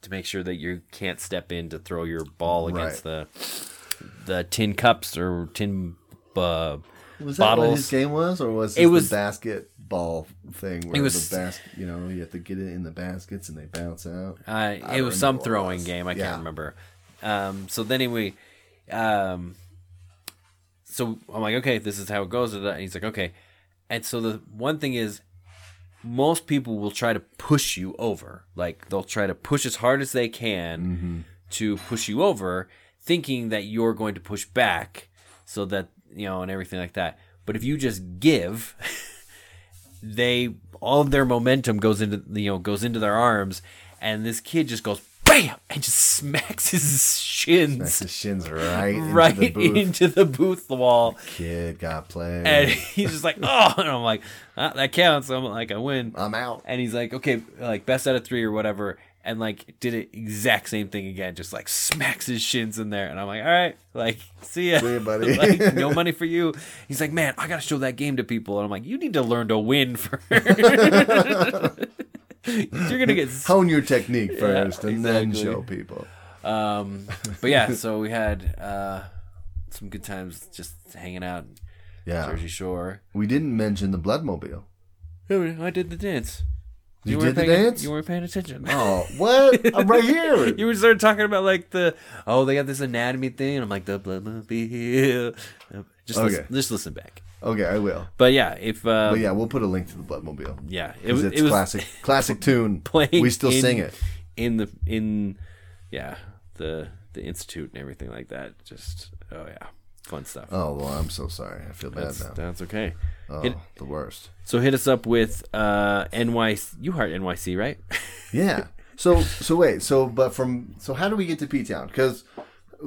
[SPEAKER 2] to make sure that you can't step in to throw your ball against the the tin cups or tin uh,
[SPEAKER 1] Was that what his
[SPEAKER 2] bottles.
[SPEAKER 1] game was, or was
[SPEAKER 2] It
[SPEAKER 1] it
[SPEAKER 2] was-
[SPEAKER 1] the basketball thing where
[SPEAKER 2] It was-
[SPEAKER 1] the bas- you know, you have to get it in the baskets and they bounce out?
[SPEAKER 2] Uh,
[SPEAKER 1] I
[SPEAKER 2] it
[SPEAKER 1] don't
[SPEAKER 2] was some
[SPEAKER 1] remember what it
[SPEAKER 2] throwing
[SPEAKER 1] was.
[SPEAKER 2] game. I
[SPEAKER 1] Yeah.
[SPEAKER 2] can't remember. Um, so then anyway, um, so I'm like, okay, this is how it goes. And he's like, okay. And so the one thing is, most people will try to push you over. Like they'll try to push as hard as they can
[SPEAKER 1] Mm-hmm.
[SPEAKER 2] to push you over, thinking that you're going to push back, so that you know, and everything like that. But if you just give, they all of their momentum goes into you know goes into their arms, and this kid just goes bam and just smacks his
[SPEAKER 1] That's
[SPEAKER 2] shins
[SPEAKER 1] his shins right,
[SPEAKER 2] right
[SPEAKER 1] into the booth.
[SPEAKER 2] into the booth wall,
[SPEAKER 1] Kid got played.
[SPEAKER 2] and he's just like, oh, and I'm like, ah, that counts. I'm like, I win
[SPEAKER 1] I'm out.
[SPEAKER 2] and he's like, okay, like best out of three or whatever, and like did it exact same thing again, just like smacks his shins in there, and I'm like, all right, like see ya,
[SPEAKER 1] See ya, buddy.
[SPEAKER 2] like no money for you. He's like, man, I gotta show that game to people, and I'm like, you need to learn to win first. You're gonna get, s-
[SPEAKER 1] Hone your technique first, and then
[SPEAKER 2] exactly.
[SPEAKER 1] show people.
[SPEAKER 2] um, but yeah, so we had uh some good times just hanging out, in
[SPEAKER 1] Yeah,
[SPEAKER 2] Jersey Shore.
[SPEAKER 1] we didn't mention the bloodmobile.
[SPEAKER 2] I did the dance.
[SPEAKER 1] You, did
[SPEAKER 2] weren't
[SPEAKER 1] the
[SPEAKER 2] paying-
[SPEAKER 1] dance.
[SPEAKER 2] You weren't paying attention.
[SPEAKER 1] Oh, what? I'm right here.
[SPEAKER 2] You were started talking about like the oh they got this anatomy thing and I'm like the blood must be here. Just listen,
[SPEAKER 1] Okay.
[SPEAKER 2] just listen back.
[SPEAKER 1] Okay, I will.
[SPEAKER 2] But yeah, if uh,
[SPEAKER 1] But
[SPEAKER 2] yeah,
[SPEAKER 1] yeah, we'll put a link to the bloodmobile.
[SPEAKER 2] it,
[SPEAKER 1] 'Cause
[SPEAKER 2] was
[SPEAKER 1] it's
[SPEAKER 2] it was
[SPEAKER 1] classic, classic tune.
[SPEAKER 2] playing.
[SPEAKER 1] We still
[SPEAKER 2] in-
[SPEAKER 1] sing it.
[SPEAKER 2] in the in yeah the the institute and everything like that. Just oh yeah, fun stuff.
[SPEAKER 1] Oh well, I'm so sorry. I feel bad
[SPEAKER 2] that's,
[SPEAKER 1] now.
[SPEAKER 2] that's okay.
[SPEAKER 1] Oh,
[SPEAKER 2] It-
[SPEAKER 1] the worst.
[SPEAKER 2] so hit us up with uh NYC. You heart NYC, right?
[SPEAKER 1] Yeah. So so wait. So but from so how do we get to P Town? Because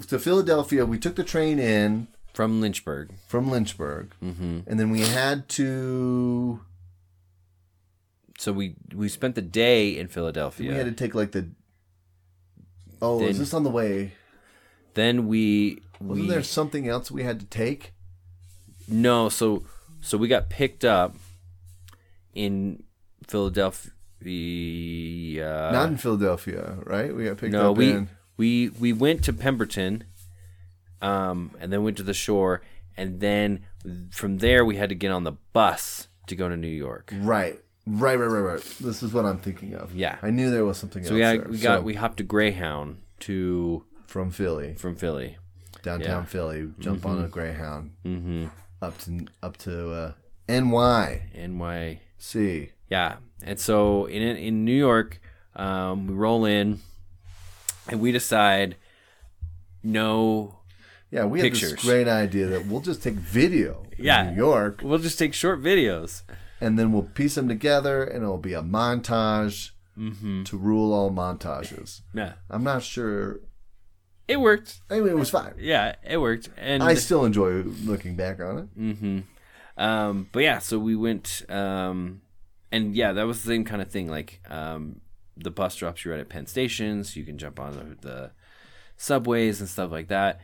[SPEAKER 1] to Philadelphia, we took the train in
[SPEAKER 2] From Lynchburg.
[SPEAKER 1] from Lynchburg,
[SPEAKER 2] Mm-hmm.
[SPEAKER 1] and then we had to
[SPEAKER 2] So we we spent the day in Philadelphia.
[SPEAKER 1] we had to take like the. Oh, is
[SPEAKER 2] Then-
[SPEAKER 1] this on the way?
[SPEAKER 2] then we
[SPEAKER 1] Wasn't
[SPEAKER 2] we,
[SPEAKER 1] there something else we had to take?
[SPEAKER 2] No, so so we got picked up in Philadelphia.
[SPEAKER 1] Not in Philadelphia, right? We got picked
[SPEAKER 2] Uh, no,
[SPEAKER 1] up
[SPEAKER 2] we
[SPEAKER 1] in.
[SPEAKER 2] we we went to Pemberton, um, and then went to the shore, and then from there we had to get on the bus to go to New York.
[SPEAKER 1] Right. Right, right, right, right. This is what I'm thinking of.
[SPEAKER 2] Yeah.
[SPEAKER 1] I knew there was something else.
[SPEAKER 2] So we
[SPEAKER 1] there.
[SPEAKER 2] got we got
[SPEAKER 1] So,
[SPEAKER 2] we hopped to Greyhound to
[SPEAKER 1] from Philly,
[SPEAKER 2] from Philly.
[SPEAKER 1] downtown Philly, jump on a Greyhound
[SPEAKER 2] Mm-hmm.
[SPEAKER 1] up to up to uh, NY.
[SPEAKER 2] NY.
[SPEAKER 1] See,
[SPEAKER 2] Yeah, and so in in New York, um, we roll in, and we decide, no,
[SPEAKER 1] yeah, we had
[SPEAKER 2] Pictures.
[SPEAKER 1] this great idea that we'll just take video in
[SPEAKER 2] Yeah.
[SPEAKER 1] New York,
[SPEAKER 2] we'll just take short videos.
[SPEAKER 1] and then we'll piece them together, and it'll be a
[SPEAKER 2] Mm-hmm.
[SPEAKER 1] montage to rule all montages.
[SPEAKER 2] Yeah,
[SPEAKER 1] I'm not sure
[SPEAKER 2] it worked.
[SPEAKER 1] I mean, it was fine.
[SPEAKER 2] Yeah, it worked. And
[SPEAKER 1] I still enjoy looking back on it.
[SPEAKER 2] hmm Um, but yeah, so we went, um, and yeah, that was the same kind of thing. Like, um, the bus drops you right at Penn Station, so you can jump on the, the subways and stuff like that.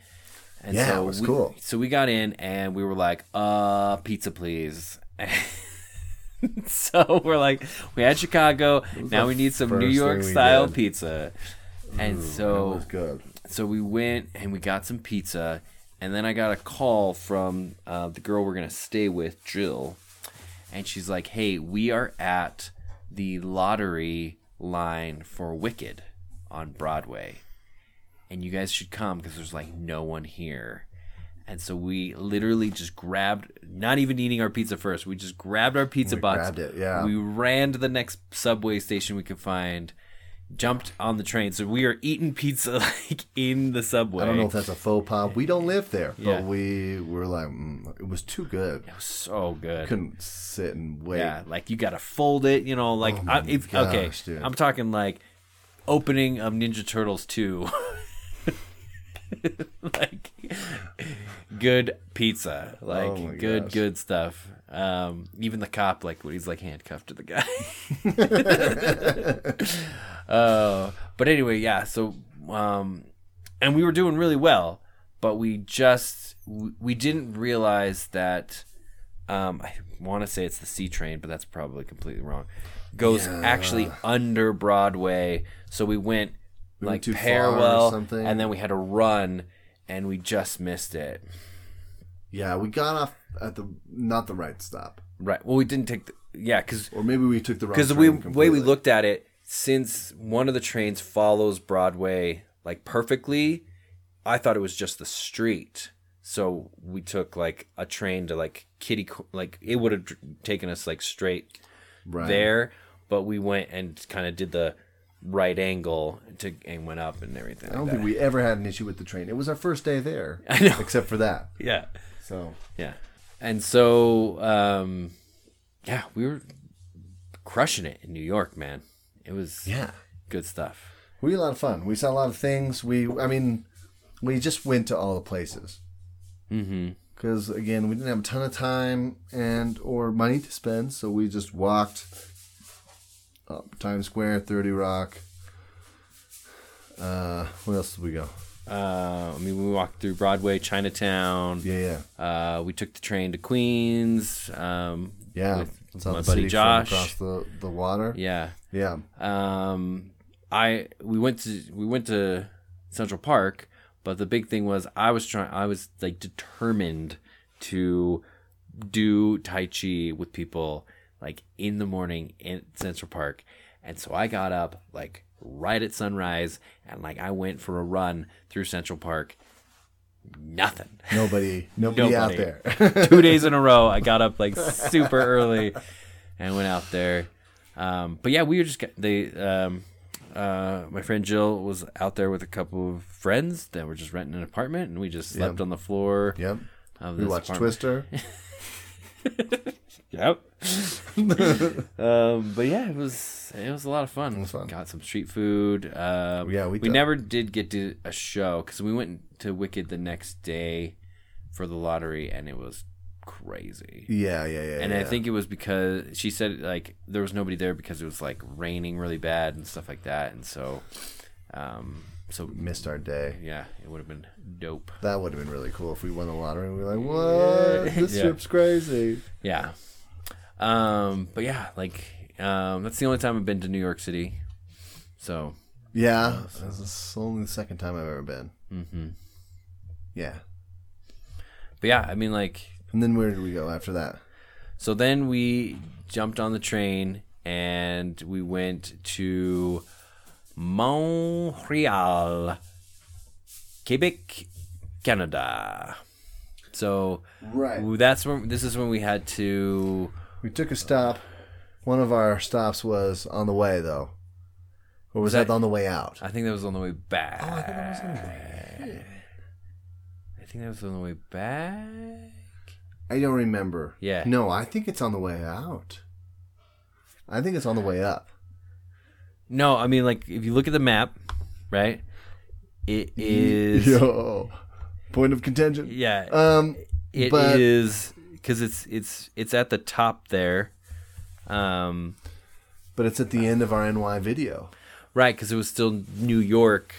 [SPEAKER 2] And
[SPEAKER 1] Yeah,
[SPEAKER 2] so
[SPEAKER 1] it was
[SPEAKER 2] we,
[SPEAKER 1] cool.
[SPEAKER 2] So we got in and we were like, uh, pizza, please. so we're like, we had Chicago. Now
[SPEAKER 1] the
[SPEAKER 2] we need some New
[SPEAKER 1] first
[SPEAKER 2] York
[SPEAKER 1] thing we
[SPEAKER 2] style
[SPEAKER 1] did.
[SPEAKER 2] pizza. And so
[SPEAKER 1] It was good.
[SPEAKER 2] so we went and we got some pizza and then i got a call from uh, the girl we're gonna stay with jill and she's like hey we are at the lottery line for wicked on broadway and you guys should come because there's like no one here and so we literally just grabbed not even eating our pizza first we just grabbed our pizza box
[SPEAKER 1] grabbed it, yeah.
[SPEAKER 2] we ran to the next subway station we could find jumped on the train. So we are eating pizza like in the subway.
[SPEAKER 1] I don't know if that's a faux pas. We don't live there, but
[SPEAKER 2] Yeah.
[SPEAKER 1] we were like, mm, it was too good.
[SPEAKER 2] so good.
[SPEAKER 1] Couldn't sit and wait.
[SPEAKER 2] yeah, like you got to fold it, you know, like I, if,
[SPEAKER 1] Oh gosh,
[SPEAKER 2] okay,
[SPEAKER 1] dude.
[SPEAKER 2] I'm talking like opening of Ninja Turtles 2. like good pizza, like
[SPEAKER 1] Oh my
[SPEAKER 2] good
[SPEAKER 1] gosh.
[SPEAKER 2] good stuff. Um even the cop like when he's like handcuffed to the guy. Uh, but anyway, yeah. So, um, and we were doing really well, but we just we we didn't realize that. Um, I want to say it's the C train, but that's probably completely wrong. Goes actually under Broadway, so we went
[SPEAKER 1] went
[SPEAKER 2] like
[SPEAKER 1] too far or
[SPEAKER 2] parallel,
[SPEAKER 1] something?
[SPEAKER 2] and then we had to run, and we just missed it.
[SPEAKER 1] Yeah, we got off at the not the right stop,
[SPEAKER 2] Right. Well, we didn't take. The, yeah, because
[SPEAKER 1] or maybe we took the wrong.
[SPEAKER 2] because the
[SPEAKER 1] train
[SPEAKER 2] way, way
[SPEAKER 1] completely.
[SPEAKER 2] we looked at it since one of the trains follows broadway like perfectly i thought it was just the street so we took like a train to like kitty Co- like it would have taken us like straight
[SPEAKER 1] right.
[SPEAKER 2] there but we went and kind of did the right angle to and went up and everything
[SPEAKER 1] I
[SPEAKER 2] like
[SPEAKER 1] don't think we ever had an issue with the train. It was our first day there,
[SPEAKER 2] I know.
[SPEAKER 1] except for that.
[SPEAKER 2] that. yeah
[SPEAKER 1] So
[SPEAKER 2] yeah and so um yeah we were crushing it in new york man it was
[SPEAKER 1] yeah,
[SPEAKER 2] good stuff
[SPEAKER 1] we had a lot of fun. We saw a lot of things. We, I mean, we just went to all the places
[SPEAKER 2] mm-hmm
[SPEAKER 1] because again, we didn't have a ton of time and or money to spend, so we just walked up Times Square, Thirty Rock. Uh, where else did we go?
[SPEAKER 2] Uh, I mean, we walked through Broadway, Chinatown.
[SPEAKER 1] Yeah, yeah,
[SPEAKER 2] Uh, we took the train to Queens. Um,
[SPEAKER 1] yeah.
[SPEAKER 2] with
[SPEAKER 1] Saw
[SPEAKER 2] my
[SPEAKER 1] the city
[SPEAKER 2] buddy
[SPEAKER 1] from
[SPEAKER 2] Josh.
[SPEAKER 1] across the the water.
[SPEAKER 2] Yeah.
[SPEAKER 1] yeah.
[SPEAKER 2] Um, I we went to we went to Central Park, but the big thing was I was trying. I was like determined to do Tai Chi with people like in the morning in Central Park, and so I got up like right at sunrise and like I went for a run through Central Park. Nothing.
[SPEAKER 1] Nobody, nobody, out
[SPEAKER 2] Nobody.
[SPEAKER 1] there.
[SPEAKER 2] two days in a row. I got up like super early and went out there. Um, but yeah, we were just get- they. Um, uh, my friend Jill was out there with a couple of friends that were just renting an apartment, and we just slept on the floor
[SPEAKER 1] yep.
[SPEAKER 2] of
[SPEAKER 1] We
[SPEAKER 2] this
[SPEAKER 1] watched
[SPEAKER 2] apartment.
[SPEAKER 1] Twister.
[SPEAKER 2] Yep. um, but yeah, it was it was a lot of fun.
[SPEAKER 1] was fun.
[SPEAKER 2] Got some street food. Uh,
[SPEAKER 1] Yeah, we
[SPEAKER 2] we
[SPEAKER 1] did.
[SPEAKER 2] never did get to a show because we went to Wicked the next day for the lottery, and it was crazy.
[SPEAKER 1] Yeah, yeah, yeah.
[SPEAKER 2] And
[SPEAKER 1] yeah.
[SPEAKER 2] I think it was because she said like there was nobody there because it was like raining really bad and stuff like that, and so, um, so
[SPEAKER 1] missed our day.
[SPEAKER 2] yeah, it would have been dope.
[SPEAKER 1] That would have been really cool if we won the lottery. and We were like, what? This
[SPEAKER 2] Yeah.
[SPEAKER 1] trip's crazy.
[SPEAKER 2] Yeah, um, but yeah, like um, that's the only time I've been to New York City, so
[SPEAKER 1] Yeah, this is only the second time I've ever been.
[SPEAKER 2] hmm
[SPEAKER 1] Yeah.
[SPEAKER 2] but yeah, I mean like
[SPEAKER 1] And then where did we go after that?
[SPEAKER 2] so then we jumped on the train and we went to Montreal, Quebec, Canada. So
[SPEAKER 1] Right.
[SPEAKER 2] that's when this is when we had to
[SPEAKER 1] We took a stop. One of our stops was on the way, though. Or was that, on the way out?
[SPEAKER 2] I think that was on the way
[SPEAKER 1] Oh,
[SPEAKER 2] back. I think that was on the
[SPEAKER 1] way.
[SPEAKER 2] way back.
[SPEAKER 1] I don't remember.
[SPEAKER 2] Yeah.
[SPEAKER 1] No, I think it's on the way out. I think it's on the way up.
[SPEAKER 2] No, I mean like if you look at the map, right? It is.
[SPEAKER 1] Yo, point of contention.
[SPEAKER 2] Yeah.
[SPEAKER 1] Um,
[SPEAKER 2] It is
[SPEAKER 1] but-
[SPEAKER 2] because it's it's it's at the top there. Um,
[SPEAKER 1] but it's at the end of our NY video.
[SPEAKER 2] right, because it was still New York.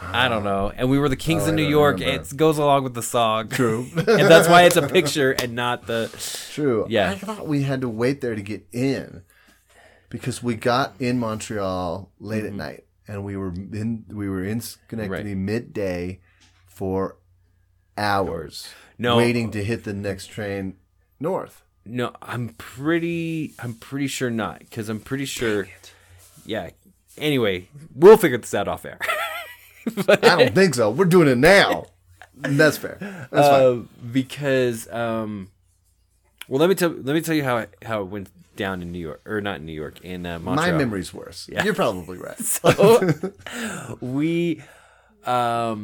[SPEAKER 2] I don't know. And we were the Kings
[SPEAKER 1] Oh,
[SPEAKER 2] of
[SPEAKER 1] I
[SPEAKER 2] New
[SPEAKER 1] don't
[SPEAKER 2] York.
[SPEAKER 1] remember.
[SPEAKER 2] It goes along with the song.
[SPEAKER 1] True.
[SPEAKER 2] and that's why it's a picture and not the
[SPEAKER 1] True.
[SPEAKER 2] Yeah.
[SPEAKER 1] I thought we had to wait there to get in because we got in Montreal late at night and we were in we were in Schenectady
[SPEAKER 2] Right.
[SPEAKER 1] midday for hours
[SPEAKER 2] No.
[SPEAKER 1] waiting to hit the next train north.
[SPEAKER 2] No, I'm pretty. I'm pretty sure not because I'm pretty sure. Yeah. Anyway, we'll figure this out off air.
[SPEAKER 1] I don't think so. We're doing it now. That's fair. That's fine.
[SPEAKER 2] Uh, because um, well, let me tell let me tell you how it, how it went down in New York or not in New York in uh,
[SPEAKER 1] My
[SPEAKER 2] Montreal.
[SPEAKER 1] memory's worse. You're probably right.
[SPEAKER 2] so we um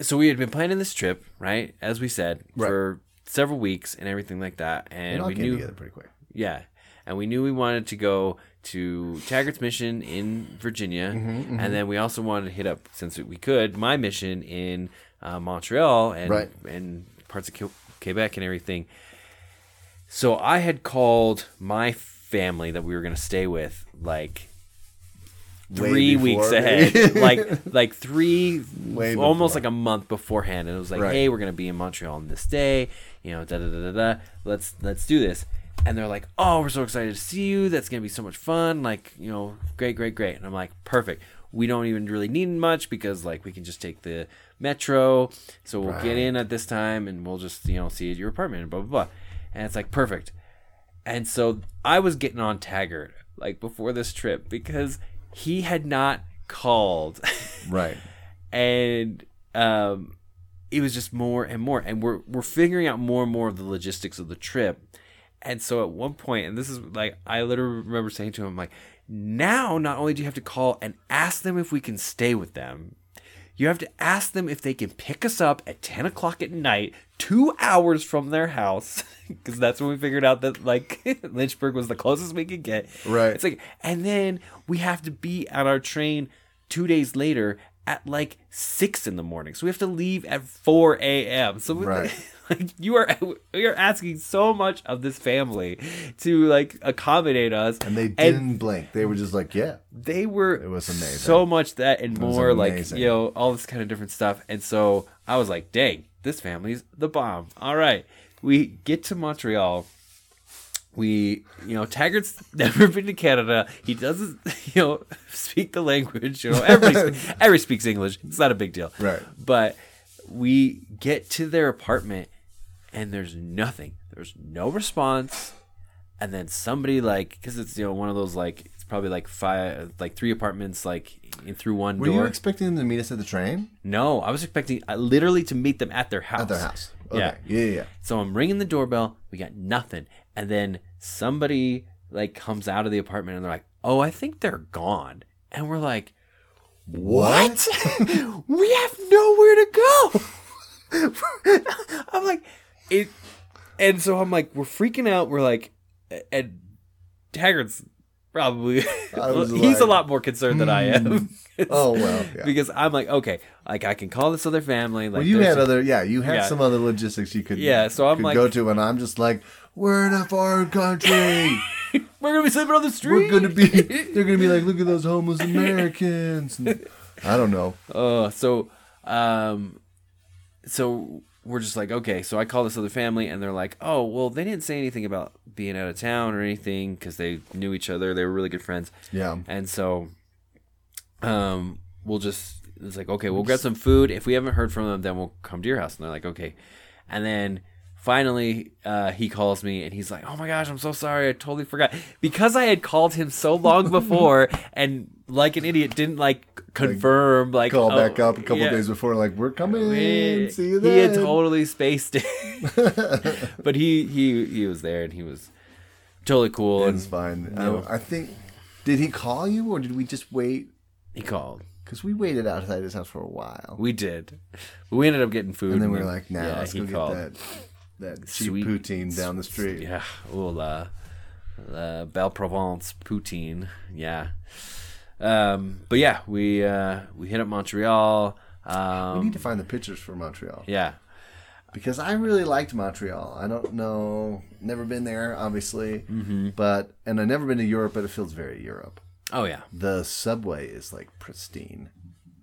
[SPEAKER 2] so we had been planning this trip right as we said
[SPEAKER 1] Right.
[SPEAKER 2] for several weeks and everything like that
[SPEAKER 1] It
[SPEAKER 2] and
[SPEAKER 1] all
[SPEAKER 2] we
[SPEAKER 1] came
[SPEAKER 2] knew
[SPEAKER 1] together pretty quick.
[SPEAKER 2] yeah and we knew we wanted to go to taggart's mission in virginia
[SPEAKER 1] Mm-hmm,
[SPEAKER 2] and then we also wanted to hit up since we could my mission in uh, montreal and
[SPEAKER 1] Right.
[SPEAKER 2] and parts of Q- quebec and everything so i had called my family that we were going to stay with like
[SPEAKER 1] Way
[SPEAKER 2] three
[SPEAKER 1] before,
[SPEAKER 2] weeks
[SPEAKER 1] maybe.
[SPEAKER 2] ahead, like like three,
[SPEAKER 1] Way
[SPEAKER 2] almost
[SPEAKER 1] before.
[SPEAKER 2] like a month beforehand, and it was like,
[SPEAKER 1] Right.
[SPEAKER 2] hey, we're gonna be in Montreal on this day, you know, da da da da da. Let's let's do this. And they're like, oh, we're so excited to see you. That's gonna be so much fun. Like, you know, great, great, great. And I'm like, perfect. We don't even really need much because like we can just take the metro, so we'll get in at this time, and we'll just you know see you at your apartment and blah blah blah. And it's like perfect. And so I was getting on Taggart like before this trip because he had not called
[SPEAKER 1] right.
[SPEAKER 2] and um it was just more and more and we're we're figuring out more and more of the logistics of the trip. And so at one point and this is like I literally remember saying to him like now not only do you have to call and ask them if we can stay with them you have to ask them if they can pick us up at 10 o'clock at night, two hours from their house, because that's when we figured out that, like, Lynchburg was the closest we could get.
[SPEAKER 1] Right.
[SPEAKER 2] It's like, and then we have to be at our train two days later at like 6 in the morning. So we have to leave at 4 a.m. So, we,
[SPEAKER 1] Right.
[SPEAKER 2] like, you are, we are asking so much of this family to, like, accommodate us.
[SPEAKER 1] And they didn't blink. They were just like, yeah.
[SPEAKER 2] they were
[SPEAKER 1] It was amazing.
[SPEAKER 2] so much that and
[SPEAKER 1] was
[SPEAKER 2] more like
[SPEAKER 1] amazing.
[SPEAKER 2] you know all this kind of different stuff and so i was like dang this family's the bomb all right we get to montreal we you know taggart's never been to canada he doesn't you know speak the language you know everybody, everybody speaks english it's not a big deal
[SPEAKER 1] Right.
[SPEAKER 2] but we get to their apartment and there's nothing there's no response and then somebody like because it's you know one of those like it's probably like five like three apartments like in through one
[SPEAKER 1] Were you
[SPEAKER 2] door
[SPEAKER 1] expecting them to meet us at the train?
[SPEAKER 2] no i was expecting I literally to meet them at their house
[SPEAKER 1] At their house. Okay.
[SPEAKER 2] Yeah.
[SPEAKER 1] Yeah, yeah, yeah.
[SPEAKER 2] so i'm ringing the doorbell we got nothing and then somebody like comes out of the apartment and they're like oh i think they're gone and we're like what? we have nowhere to go. I'm like, it, and so I'm like, we're freaking out. We're like, and Taggart's probably
[SPEAKER 1] I was
[SPEAKER 2] he's a
[SPEAKER 1] like,
[SPEAKER 2] lot more concerned than I am.
[SPEAKER 1] Oh well. Yeah.
[SPEAKER 2] because I'm like, okay, like I can call this other family. Like
[SPEAKER 1] well, you
[SPEAKER 2] there's
[SPEAKER 1] had
[SPEAKER 2] a-
[SPEAKER 1] other yeah, you had
[SPEAKER 2] yeah.
[SPEAKER 1] some other logistics you could
[SPEAKER 2] Yeah, so I'm
[SPEAKER 1] could
[SPEAKER 2] like-
[SPEAKER 1] go to, and I'm just like, we're in a foreign country.
[SPEAKER 2] we're gonna be sleeping on the street.
[SPEAKER 1] we're gonna be. They're gonna be like, look at those homeless Americans. And I don't know.
[SPEAKER 2] Oh, so um so we're just like, okay, so I call this other family and they're like, "Oh, well, they didn't say anything about being out of town or anything cuz they knew each other. They were really good friends."
[SPEAKER 1] Yeah.
[SPEAKER 2] And so um we'll just it's like, "Okay, we'll grab some food. If we haven't heard from them, then we'll come to your house." And they're like, "Okay." And then finally uh, he calls me and he's like oh my gosh i'm so sorry i totally forgot because i had called him so long before and like an idiot didn't like confirm like
[SPEAKER 1] Call
[SPEAKER 2] oh,
[SPEAKER 1] back up a couple
[SPEAKER 2] yeah.
[SPEAKER 1] days before, like we're coming.
[SPEAKER 2] Eh,
[SPEAKER 1] See you
[SPEAKER 2] He had
[SPEAKER 1] then.
[SPEAKER 2] totally spaced it, but he he he was there and he was totally cool.
[SPEAKER 1] it's
[SPEAKER 2] And
[SPEAKER 1] fine.
[SPEAKER 2] No.
[SPEAKER 1] I, I think. Did he call you, or did we just wait?
[SPEAKER 2] he called.
[SPEAKER 1] Because we waited outside his house for a while,
[SPEAKER 2] We did. But we ended up getting food,
[SPEAKER 1] and then we were like, "Now
[SPEAKER 2] yeah,
[SPEAKER 1] let's
[SPEAKER 2] he
[SPEAKER 1] go get
[SPEAKER 2] called.
[SPEAKER 1] that that cheap
[SPEAKER 2] Sweet-
[SPEAKER 1] poutine down the street."
[SPEAKER 2] Yeah, uh, oh la, la Belle Provence poutine. Yeah, Um, but yeah, we uh, we hit up Montreal. Um,
[SPEAKER 1] We need to find the pictures for Montreal
[SPEAKER 2] yeah,
[SPEAKER 1] because I really liked Montreal. I don't know, never been there, obviously,
[SPEAKER 2] Mm-hmm.
[SPEAKER 1] but and I've never been to Europe, but it feels very Europe.
[SPEAKER 2] oh yeah,
[SPEAKER 1] The subway is like pristine.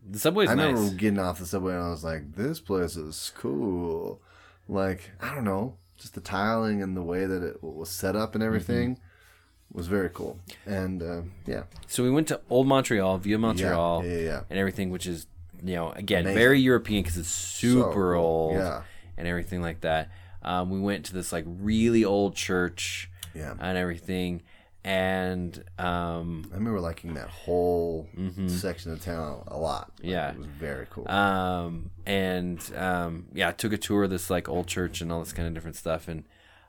[SPEAKER 2] the subway's
[SPEAKER 1] I
[SPEAKER 2] nice.
[SPEAKER 1] remember getting off the subway and I was like, this place is cool. Like, I don't know, just the tiling and the way that it was set up and everything
[SPEAKER 2] Mm-hmm.
[SPEAKER 1] was very cool. And uh, yeah,
[SPEAKER 2] So we went to Old Montreal, Via Montreal,
[SPEAKER 1] yeah, yeah, yeah.
[SPEAKER 2] and everything, which is you know again very European because it's super
[SPEAKER 1] So,
[SPEAKER 2] old
[SPEAKER 1] yeah.
[SPEAKER 2] and everything like that. Um, we went to this like really old church
[SPEAKER 1] Yeah.
[SPEAKER 2] and everything, and um,
[SPEAKER 1] I remember liking that whole section of town a lot. Like,
[SPEAKER 2] Mm-hmm. Yeah.
[SPEAKER 1] it was very cool.
[SPEAKER 2] um, and um, yeah, I took a tour of this like old church and all this kind of different stuff, and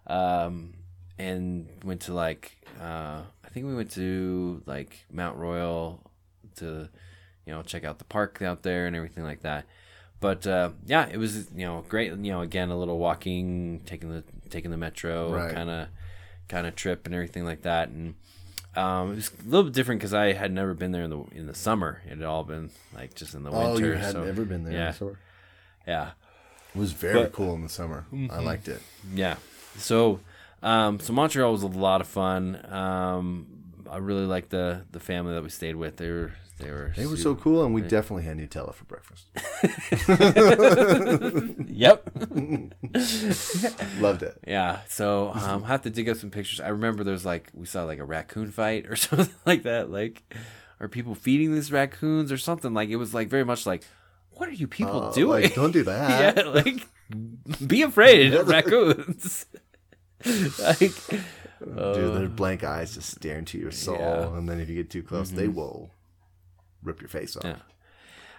[SPEAKER 2] um, and went to like uh, I think we went to like Mount Royal to you know check out the park out there and everything like that. But uh, yeah, it was you know great. You know, again, a little walking, taking the taking the metro,
[SPEAKER 1] Right.
[SPEAKER 2] kind of kind of trip and everything like that, and. Um, it was a little bit different because I had never been there in the in the summer. It had all been like just in the
[SPEAKER 1] oh,
[SPEAKER 2] winter.
[SPEAKER 1] you had
[SPEAKER 2] so,
[SPEAKER 1] never been there.
[SPEAKER 2] Yeah,
[SPEAKER 1] before.
[SPEAKER 2] yeah,
[SPEAKER 1] It was very cool in the summer. I
[SPEAKER 2] Mm-hmm.
[SPEAKER 1] liked it.
[SPEAKER 2] yeah. So, um, so Montreal was a lot of fun. Um, I really liked the the family that we stayed with. They were they were
[SPEAKER 1] It was so cool, and we definitely had Nutella for breakfast.
[SPEAKER 2] yep
[SPEAKER 1] Loved it.
[SPEAKER 2] yeah. So um, I have to dig up some pictures. I remember there was like we saw like a raccoon fight or something like that. Like, are people feeding these raccoons or something? Like it was like very much like, what are you people
[SPEAKER 1] Uh,
[SPEAKER 2] doing?
[SPEAKER 1] like, don't do that.
[SPEAKER 2] yeah, like be afraid of raccoons. like
[SPEAKER 1] Dude, their blank eyes just stare into your soul,
[SPEAKER 2] Uh, Yeah. Mm-hmm.
[SPEAKER 1] and then if you get too close, they will rip your face off.
[SPEAKER 2] Yeah.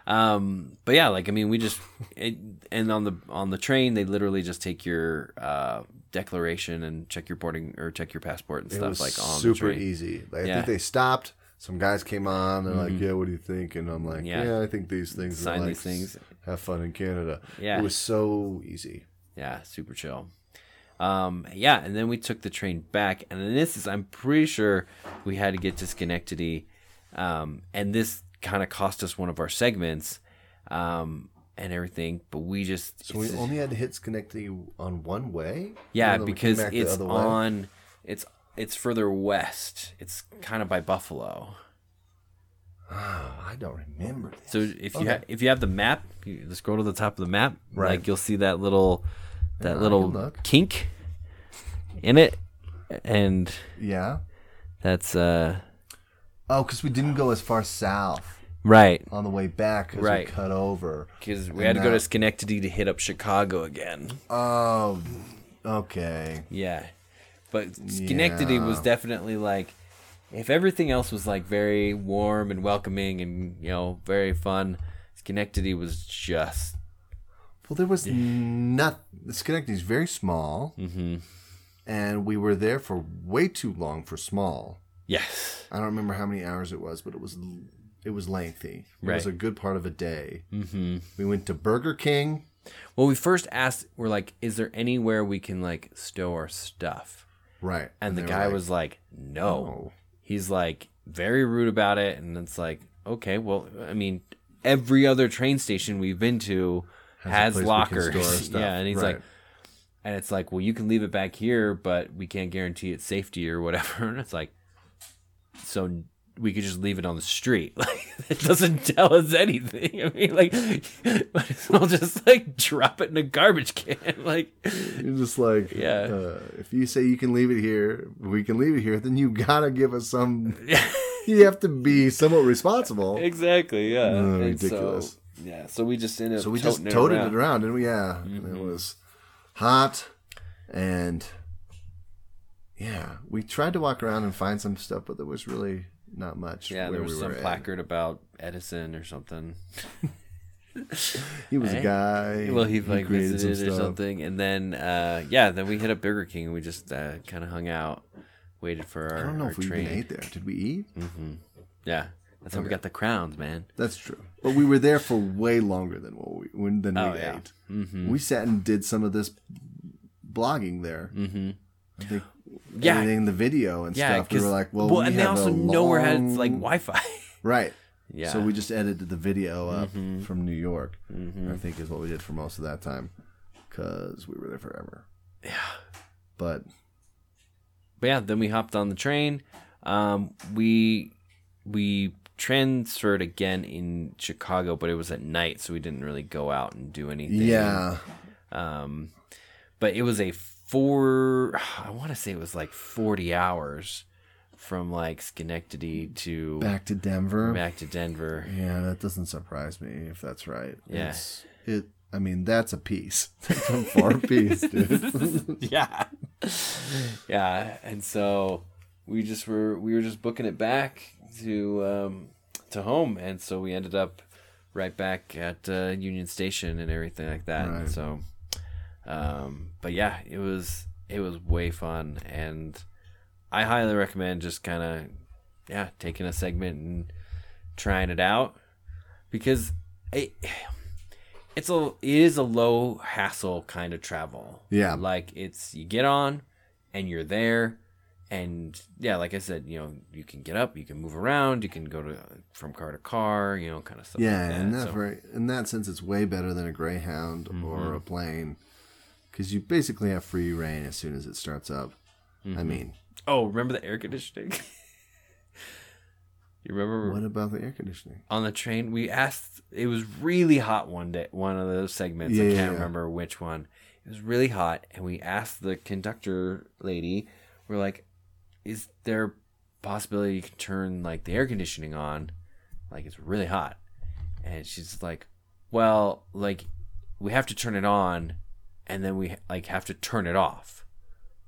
[SPEAKER 2] um but yeah, like I mean we just it, and on the on the train they literally just take your uh declaration and check your boarding or check your passport and
[SPEAKER 1] It
[SPEAKER 2] stuff
[SPEAKER 1] was
[SPEAKER 2] like on the
[SPEAKER 1] super
[SPEAKER 2] train.
[SPEAKER 1] easy. Like, I
[SPEAKER 2] Yeah. Mm-hmm.
[SPEAKER 1] think they stopped. Some guys came on. They're like, "Yeah, what do you think?" And I'm like, "Yeah,
[SPEAKER 2] Yeah.
[SPEAKER 1] I think these things.
[SPEAKER 2] Sign
[SPEAKER 1] are like,
[SPEAKER 2] these things.
[SPEAKER 1] Have fun in Canada.
[SPEAKER 2] Yeah.
[SPEAKER 1] it was so easy.
[SPEAKER 2] Yeah, super chill. Um, yeah, and then we took the train back, and in this is I'm pretty sure we had to get to Schenectady, um, and this kind of cost us one of our segments, um, and everything. But we just
[SPEAKER 1] So we
[SPEAKER 2] it's-
[SPEAKER 1] only had to hit Schenectady on one way.
[SPEAKER 2] yeah
[SPEAKER 1] And then we came
[SPEAKER 2] because
[SPEAKER 1] back the
[SPEAKER 2] it's
[SPEAKER 1] other way?
[SPEAKER 2] on it's it's further west. It's kind of by Buffalo.
[SPEAKER 1] Oh, I don't remember. This.
[SPEAKER 2] So if you
[SPEAKER 1] Okay.
[SPEAKER 2] ha- if you have the map, you just go to the top of the map.
[SPEAKER 1] Right. Ah,
[SPEAKER 2] Like you'll see that little that
[SPEAKER 1] I can
[SPEAKER 2] little
[SPEAKER 1] look.
[SPEAKER 2] kink in it, and
[SPEAKER 1] yeah.
[SPEAKER 2] that's uh
[SPEAKER 1] Oh, because we didn't go as far south
[SPEAKER 2] right
[SPEAKER 1] on the way back. 'cause
[SPEAKER 2] Right.
[SPEAKER 1] We cut over.
[SPEAKER 2] because we
[SPEAKER 1] And uh,
[SPEAKER 2] had to go
[SPEAKER 1] that-
[SPEAKER 2] to Schenectady to hit up Chicago again.
[SPEAKER 1] Oh, okay.
[SPEAKER 2] Yeah, but Schenectady was
[SPEAKER 1] Yeah.
[SPEAKER 2] definitely like if everything else was like very warm and welcoming and you know very fun, Schenectady was just
[SPEAKER 1] Well, there was not. Schenectady's very small, mm-hmm. and we were there for way too long for small.
[SPEAKER 2] yes
[SPEAKER 1] I don't remember how many hours it was, but it was it was lengthy. It was
[SPEAKER 2] Right.
[SPEAKER 1] a good part of a day. Mm-hmm. We went to Burger King.
[SPEAKER 2] Well, we first asked, we're like, is there anywhere we can like stow our stuff?
[SPEAKER 1] Right,
[SPEAKER 2] And
[SPEAKER 1] they
[SPEAKER 2] the
[SPEAKER 1] were
[SPEAKER 2] guy
[SPEAKER 1] like, "Oh."
[SPEAKER 2] was like, no.
[SPEAKER 1] "No."
[SPEAKER 2] He's like very rude about it. And it's like, okay, well, I mean, every other train station we've been to
[SPEAKER 1] a
[SPEAKER 2] has,
[SPEAKER 1] place we can
[SPEAKER 2] lockers.
[SPEAKER 1] store our stuff.
[SPEAKER 2] Yeah. And he's
[SPEAKER 1] Right.
[SPEAKER 2] like, and it's like, well, you can leave it back here, but we can't guarantee its safety or whatever. And it's like, so we could just leave it on the street. Like it doesn't tell us anything. I mean, like, might as well just like drop it in a garbage can. Like,
[SPEAKER 1] You're just like,
[SPEAKER 2] Yeah.
[SPEAKER 1] Uh, if you say you can leave it here, we can leave it here. Then you gotta give us some. you have to be somewhat responsible.
[SPEAKER 2] exactly, yeah.
[SPEAKER 1] Mm,
[SPEAKER 2] And so-
[SPEAKER 1] ridiculous.
[SPEAKER 2] yeah, so we just ended up
[SPEAKER 1] So we just toted it around, and we yeah, and it
[SPEAKER 2] Mm-hmm.
[SPEAKER 1] was hot, and yeah, we tried to walk around and find some stuff, but there was really not much.
[SPEAKER 2] Yeah, there
[SPEAKER 1] where
[SPEAKER 2] was
[SPEAKER 1] we
[SPEAKER 2] some
[SPEAKER 1] were at.
[SPEAKER 2] placard about Edison or something.
[SPEAKER 1] He was a
[SPEAKER 2] Eh?
[SPEAKER 1] guy.
[SPEAKER 2] Well, he like
[SPEAKER 1] created some
[SPEAKER 2] visited or
[SPEAKER 1] stuff.
[SPEAKER 2] something, and then uh, yeah, then we hit up Burger King and we just uh, kind of hung out, waited for our,
[SPEAKER 1] I don't know
[SPEAKER 2] our
[SPEAKER 1] if we
[SPEAKER 2] train.
[SPEAKER 1] even ate there. Did we eat?
[SPEAKER 2] Yeah, that's how we got the crowns, man.
[SPEAKER 1] That's true. But we were there for way longer than what we when than
[SPEAKER 2] Oh,
[SPEAKER 1] we
[SPEAKER 2] yeah.
[SPEAKER 1] ate. We sat and did some of this blogging there. Mm-hmm. I think
[SPEAKER 2] Yeah.
[SPEAKER 1] editing the video and
[SPEAKER 2] Yeah,
[SPEAKER 1] stuff. We
[SPEAKER 2] 'cause-
[SPEAKER 1] were like, well, we
[SPEAKER 2] and they
[SPEAKER 1] have
[SPEAKER 2] also
[SPEAKER 1] a
[SPEAKER 2] nowhere had
[SPEAKER 1] long-
[SPEAKER 2] like Wi-Fi.
[SPEAKER 1] Right.
[SPEAKER 2] Yeah.
[SPEAKER 1] So we just edited the video up
[SPEAKER 2] Mhm.
[SPEAKER 1] from New York.
[SPEAKER 2] Mhm.
[SPEAKER 1] I think is what we did for most of that time because we were there forever.
[SPEAKER 2] Yeah.
[SPEAKER 1] But
[SPEAKER 2] but yeah, then we hopped on the train. Um, we we transferred again in Chicago, but it was at night, so we didn't really go out and do anything.
[SPEAKER 1] yeah,
[SPEAKER 2] Um, but it was a four. I want to say it was like forty hours from like Schenectady to back,
[SPEAKER 1] back to Denver.
[SPEAKER 2] to Denver.
[SPEAKER 1] Yeah, that doesn't surprise me if that's right.
[SPEAKER 2] Yeah.
[SPEAKER 1] It's, it. I mean, that's a piece. That's a far piece, dude.
[SPEAKER 2] yeah, yeah. And so we just were we were just booking it back to um, to home, and so we ended up right back at uh, Union Station and everything like that.
[SPEAKER 1] Right.
[SPEAKER 2] And so, um, but yeah, it was it was way fun, and I highly recommend just kind of yeah taking a segment and trying it out because it it's a it is a low hassle kind of travel.
[SPEAKER 1] Yeah.
[SPEAKER 2] like it's you get on and you're there. And yeah, like I said, you know, you can get up, you can move around, you can go to from car to car, you know, kind of stuff.
[SPEAKER 1] yeah,
[SPEAKER 2] like that.
[SPEAKER 1] in that
[SPEAKER 2] So-
[SPEAKER 1] very, in that sense, it's way better than a Greyhound
[SPEAKER 2] Mm-hmm.
[SPEAKER 1] or a plane because you basically have free reign as soon as it starts up. I mean,
[SPEAKER 2] Oh, remember the air conditioning? you remember
[SPEAKER 1] what about the air conditioning?
[SPEAKER 2] on the train we asked it was really hot one day one of those segments i
[SPEAKER 1] Yeah,
[SPEAKER 2] can't
[SPEAKER 1] yeah.
[SPEAKER 2] remember which one it was really hot and we asked the conductor lady we're like is there a possibility you can turn like the air conditioning on like it's really hot and she's like well like we have to turn it on and then we like have to turn it off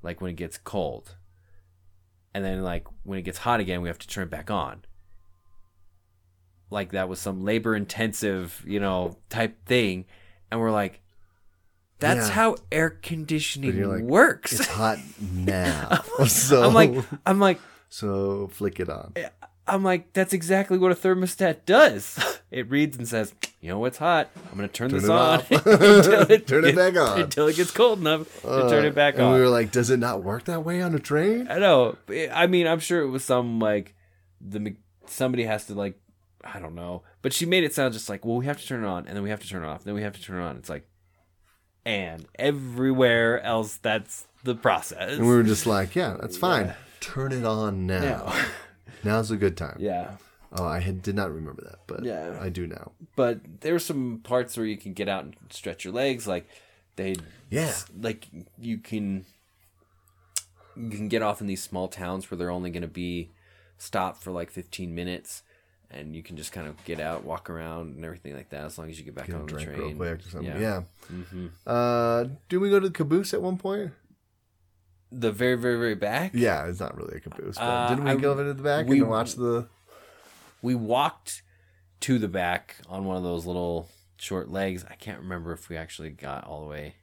[SPEAKER 2] like when it gets cold and then like when it gets hot again we have to turn it back on like that was some labor intensive you know type thing and we're like that's
[SPEAKER 1] Yeah.
[SPEAKER 2] how air
[SPEAKER 1] But
[SPEAKER 2] conditioning
[SPEAKER 1] you're like,
[SPEAKER 2] works
[SPEAKER 1] It's hot now, so
[SPEAKER 2] i'm like i'm like
[SPEAKER 1] so flick it on.
[SPEAKER 2] I'm like, that's exactly what a thermostat does. It reads and says, you know what's hot? I'm going to turn,
[SPEAKER 1] Turn
[SPEAKER 2] this
[SPEAKER 1] it
[SPEAKER 2] on.
[SPEAKER 1] off. Turn it back on.
[SPEAKER 2] Until it gets cold enough to turn
[SPEAKER 1] Uh,
[SPEAKER 2] it back
[SPEAKER 1] and
[SPEAKER 2] on.
[SPEAKER 1] we were like, does it not work that way on a train?
[SPEAKER 2] I know. It- I mean, I'm sure it was some like the me- somebody has to like I don't know, but she made it sound just like, well, we have to turn it on, and then we have to turn it off, then we have to turn it on. It's like, and everywhere else, that's the process.
[SPEAKER 1] And we were just like, yeah, that's fine. Turn it on now. Now's a good time.
[SPEAKER 2] yeah.
[SPEAKER 1] Oh, I had, did not remember that, but
[SPEAKER 2] Yeah.
[SPEAKER 1] I do now.
[SPEAKER 2] but there's some parts where you can get out and stretch your legs like they
[SPEAKER 1] Yeah.
[SPEAKER 2] like you can you can get off in these small towns where they're only going to be stopped for like 15 minutes and you can just kind of get out walk around and everything like that as long as you get back on the
[SPEAKER 1] Drink
[SPEAKER 2] train
[SPEAKER 1] real quick or something.
[SPEAKER 2] Yeah. Mm-hmm.
[SPEAKER 1] Yeah. Uh, do we go to the caboose at one point?
[SPEAKER 2] the very very very back
[SPEAKER 1] Yeah, it's not really a caboose. But
[SPEAKER 2] Uh,
[SPEAKER 1] didn't we
[SPEAKER 2] I-
[SPEAKER 1] go over to the back
[SPEAKER 2] we-
[SPEAKER 1] and watch the?
[SPEAKER 2] we walked to the back on one of those little short legs i can't remember if we actually got all the way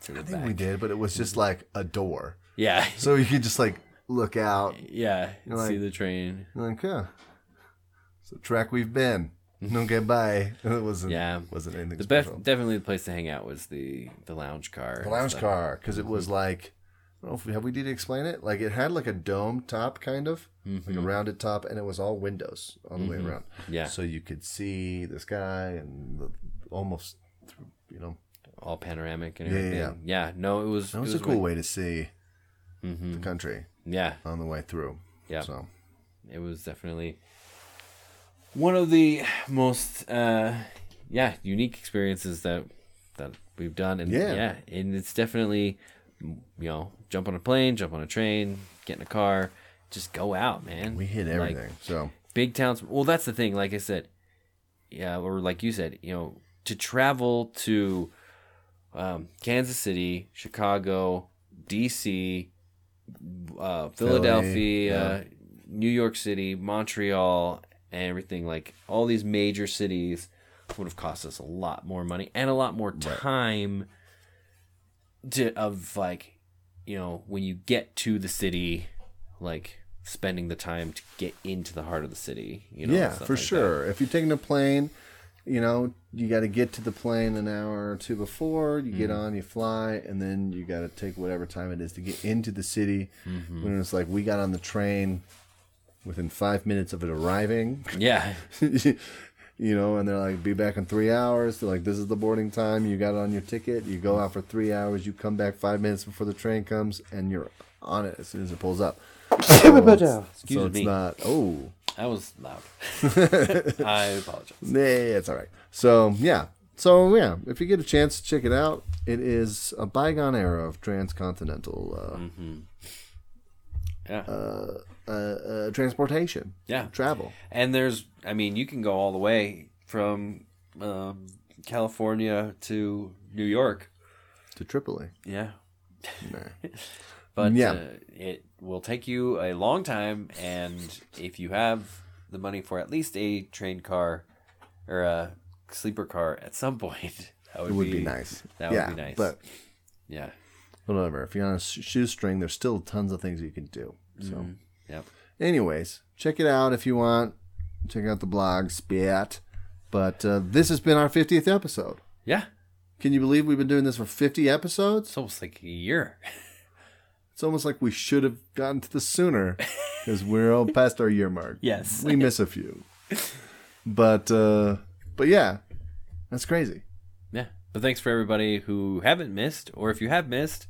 [SPEAKER 2] to the
[SPEAKER 1] I think
[SPEAKER 2] back
[SPEAKER 1] we did, but it was just like a door,
[SPEAKER 2] yeah
[SPEAKER 1] so you could just like look out.
[SPEAKER 2] yeah
[SPEAKER 1] You're
[SPEAKER 2] see
[SPEAKER 1] like-
[SPEAKER 2] the train
[SPEAKER 1] and like, yeah, it's the track we've been. No goodbye. It wasn't.
[SPEAKER 2] Yeah.
[SPEAKER 1] wasn't anything.
[SPEAKER 2] The
[SPEAKER 1] special.
[SPEAKER 2] best, definitely the place to hang out was the the lounge car.
[SPEAKER 1] the
[SPEAKER 2] and
[SPEAKER 1] lounge
[SPEAKER 2] stuff.
[SPEAKER 1] car because it was like I don't know if we have we did explain it like it had like a dome top kind of like a
[SPEAKER 2] Mm-hmm.
[SPEAKER 1] rounded top and it was all windows all the way around
[SPEAKER 2] Yeah.
[SPEAKER 1] so you could see the sky and the, almost through, you know
[SPEAKER 2] all panoramic and
[SPEAKER 1] Yeah, yeah,
[SPEAKER 2] everything. Yeah, no, it was
[SPEAKER 1] that was,
[SPEAKER 2] it was
[SPEAKER 1] a cool
[SPEAKER 2] way-
[SPEAKER 1] way to see the country
[SPEAKER 2] Yeah,
[SPEAKER 1] on the way through
[SPEAKER 2] Yeah.
[SPEAKER 1] so
[SPEAKER 2] it was definitely one of the most uh, yeah unique experiences that that we've done. And yeah.
[SPEAKER 1] Yeah.
[SPEAKER 2] and it's definitely you know jump on a plane, jump on a train, get in a car, just go out, man.
[SPEAKER 1] we hit
[SPEAKER 2] Like,
[SPEAKER 1] everything so
[SPEAKER 2] big towns well that's the thing like i said yeah or like you said you know to travel to um, kansas city chicago dc uh, philadelphia uh, new york city montreal and everything like all these major cities would have cost us a lot more money and a lot more time to, of like you know when you get to the city like spending the time to get into the heart of the city you know
[SPEAKER 1] yeah
[SPEAKER 2] stuff
[SPEAKER 1] for
[SPEAKER 2] like
[SPEAKER 1] sure if you're taking a plane you know you got to get to the plane an hour or two before you
[SPEAKER 2] Mm-hmm.
[SPEAKER 1] get on you fly and then you got to
[SPEAKER 2] Mm-hmm.
[SPEAKER 1] take whatever time it is to get into the city when it's like we got on the train within five minutes of it arriving.
[SPEAKER 2] Yeah.
[SPEAKER 1] you know, and they're like, be back in three hours. They're like, this is the boarding time. You got it on your ticket. You go out for three hours. You come back five minutes before the train comes, and you're on it as soon as it pulls up. So it's-
[SPEAKER 2] Excuse
[SPEAKER 1] so it's
[SPEAKER 2] me.
[SPEAKER 1] not. Oh,
[SPEAKER 2] That was loud. I apologize.
[SPEAKER 1] yeah, it's all right. So yeah, so yeah, if you get a chance, check it out. It is a bygone era of transcontinental uh,
[SPEAKER 2] Mm-hmm. Yeah.
[SPEAKER 1] uh, uh, transportation,
[SPEAKER 2] yeah.
[SPEAKER 1] travel.
[SPEAKER 2] And there's, I mean, you can go all the way from um, California to New York.
[SPEAKER 1] to Tripoli.
[SPEAKER 2] Yeah.
[SPEAKER 1] Nah.
[SPEAKER 2] But
[SPEAKER 1] Yeah.
[SPEAKER 2] uh, it will take you a long time. And if you have the money for at least a train car or a sleeper car at some point, that would,
[SPEAKER 1] It would be nice.
[SPEAKER 2] That
[SPEAKER 1] yeah,
[SPEAKER 2] would be nice.
[SPEAKER 1] But
[SPEAKER 2] yeah.
[SPEAKER 1] whatever. If you're on a sh- shoestring, there's still tons of things you can do. So,
[SPEAKER 2] Yep.
[SPEAKER 1] anyways, check it out if you want. Check out the blog, Spiat. But uh, this has been our 50th episode.
[SPEAKER 2] Yeah.
[SPEAKER 1] Can you believe we've been doing this for 50 episodes?
[SPEAKER 2] It's almost like a year.
[SPEAKER 1] It's almost like we should have gotten to this sooner because we're all past our year mark.
[SPEAKER 2] Yes.
[SPEAKER 1] We miss a few. But, uh, but yeah, that's crazy.
[SPEAKER 2] Yeah. But thanks for everybody who haven't missed, or if you have missed,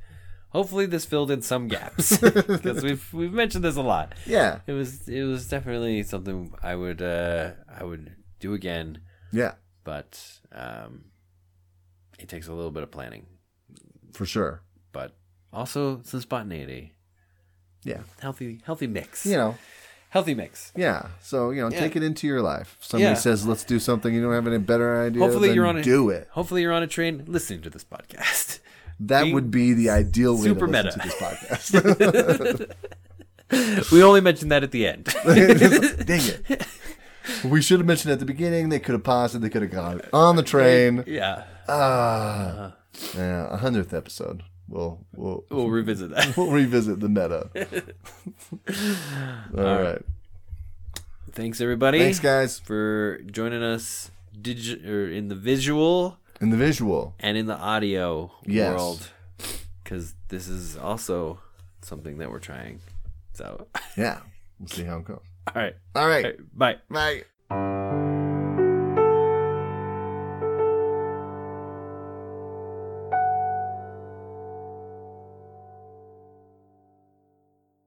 [SPEAKER 2] hopefully this filled in some gaps because we've we've mentioned this a lot.
[SPEAKER 1] Yeah.
[SPEAKER 2] It was it was definitely something I would uh, I would do again,
[SPEAKER 1] Yeah,
[SPEAKER 2] but um, it takes a little bit of planning,
[SPEAKER 1] for sure.
[SPEAKER 2] but also some spontaneity,
[SPEAKER 1] Yeah.
[SPEAKER 2] healthy healthy mix,
[SPEAKER 1] You know,
[SPEAKER 2] healthy mix.
[SPEAKER 1] Yeah. So you know,
[SPEAKER 2] Yeah.
[SPEAKER 1] take it into your life. If somebody
[SPEAKER 2] Yeah.
[SPEAKER 1] says, "Let's do something," you don't have any better idea.
[SPEAKER 2] Hopefully
[SPEAKER 1] then
[SPEAKER 2] you're on a
[SPEAKER 1] do it.
[SPEAKER 2] Hopefully you're on a train listening to this podcast.
[SPEAKER 1] That
[SPEAKER 2] being
[SPEAKER 1] would be the ideal way
[SPEAKER 2] super
[SPEAKER 1] to listen
[SPEAKER 2] meta.
[SPEAKER 1] to this podcast.
[SPEAKER 2] we only mentioned that at the end.
[SPEAKER 1] Dang it. We should have mentioned at the beginning. They could have paused it. They could have gone on the train.
[SPEAKER 2] yeah, Uh-huh.
[SPEAKER 1] Ah, yeah, a hundredth episode. We'll we'll
[SPEAKER 2] we'll revisit that.
[SPEAKER 1] we'll revisit the meta. All right.
[SPEAKER 2] Thanks everybody.
[SPEAKER 1] Thanks, guys.
[SPEAKER 2] for joining us digi- or in the visual
[SPEAKER 1] In the visual,
[SPEAKER 2] and in the audio
[SPEAKER 1] Yes.
[SPEAKER 2] world because this is also something that we're trying so
[SPEAKER 1] yeah. We'll see how it goes.
[SPEAKER 2] all right
[SPEAKER 1] All right.
[SPEAKER 2] all right bye
[SPEAKER 1] Bye.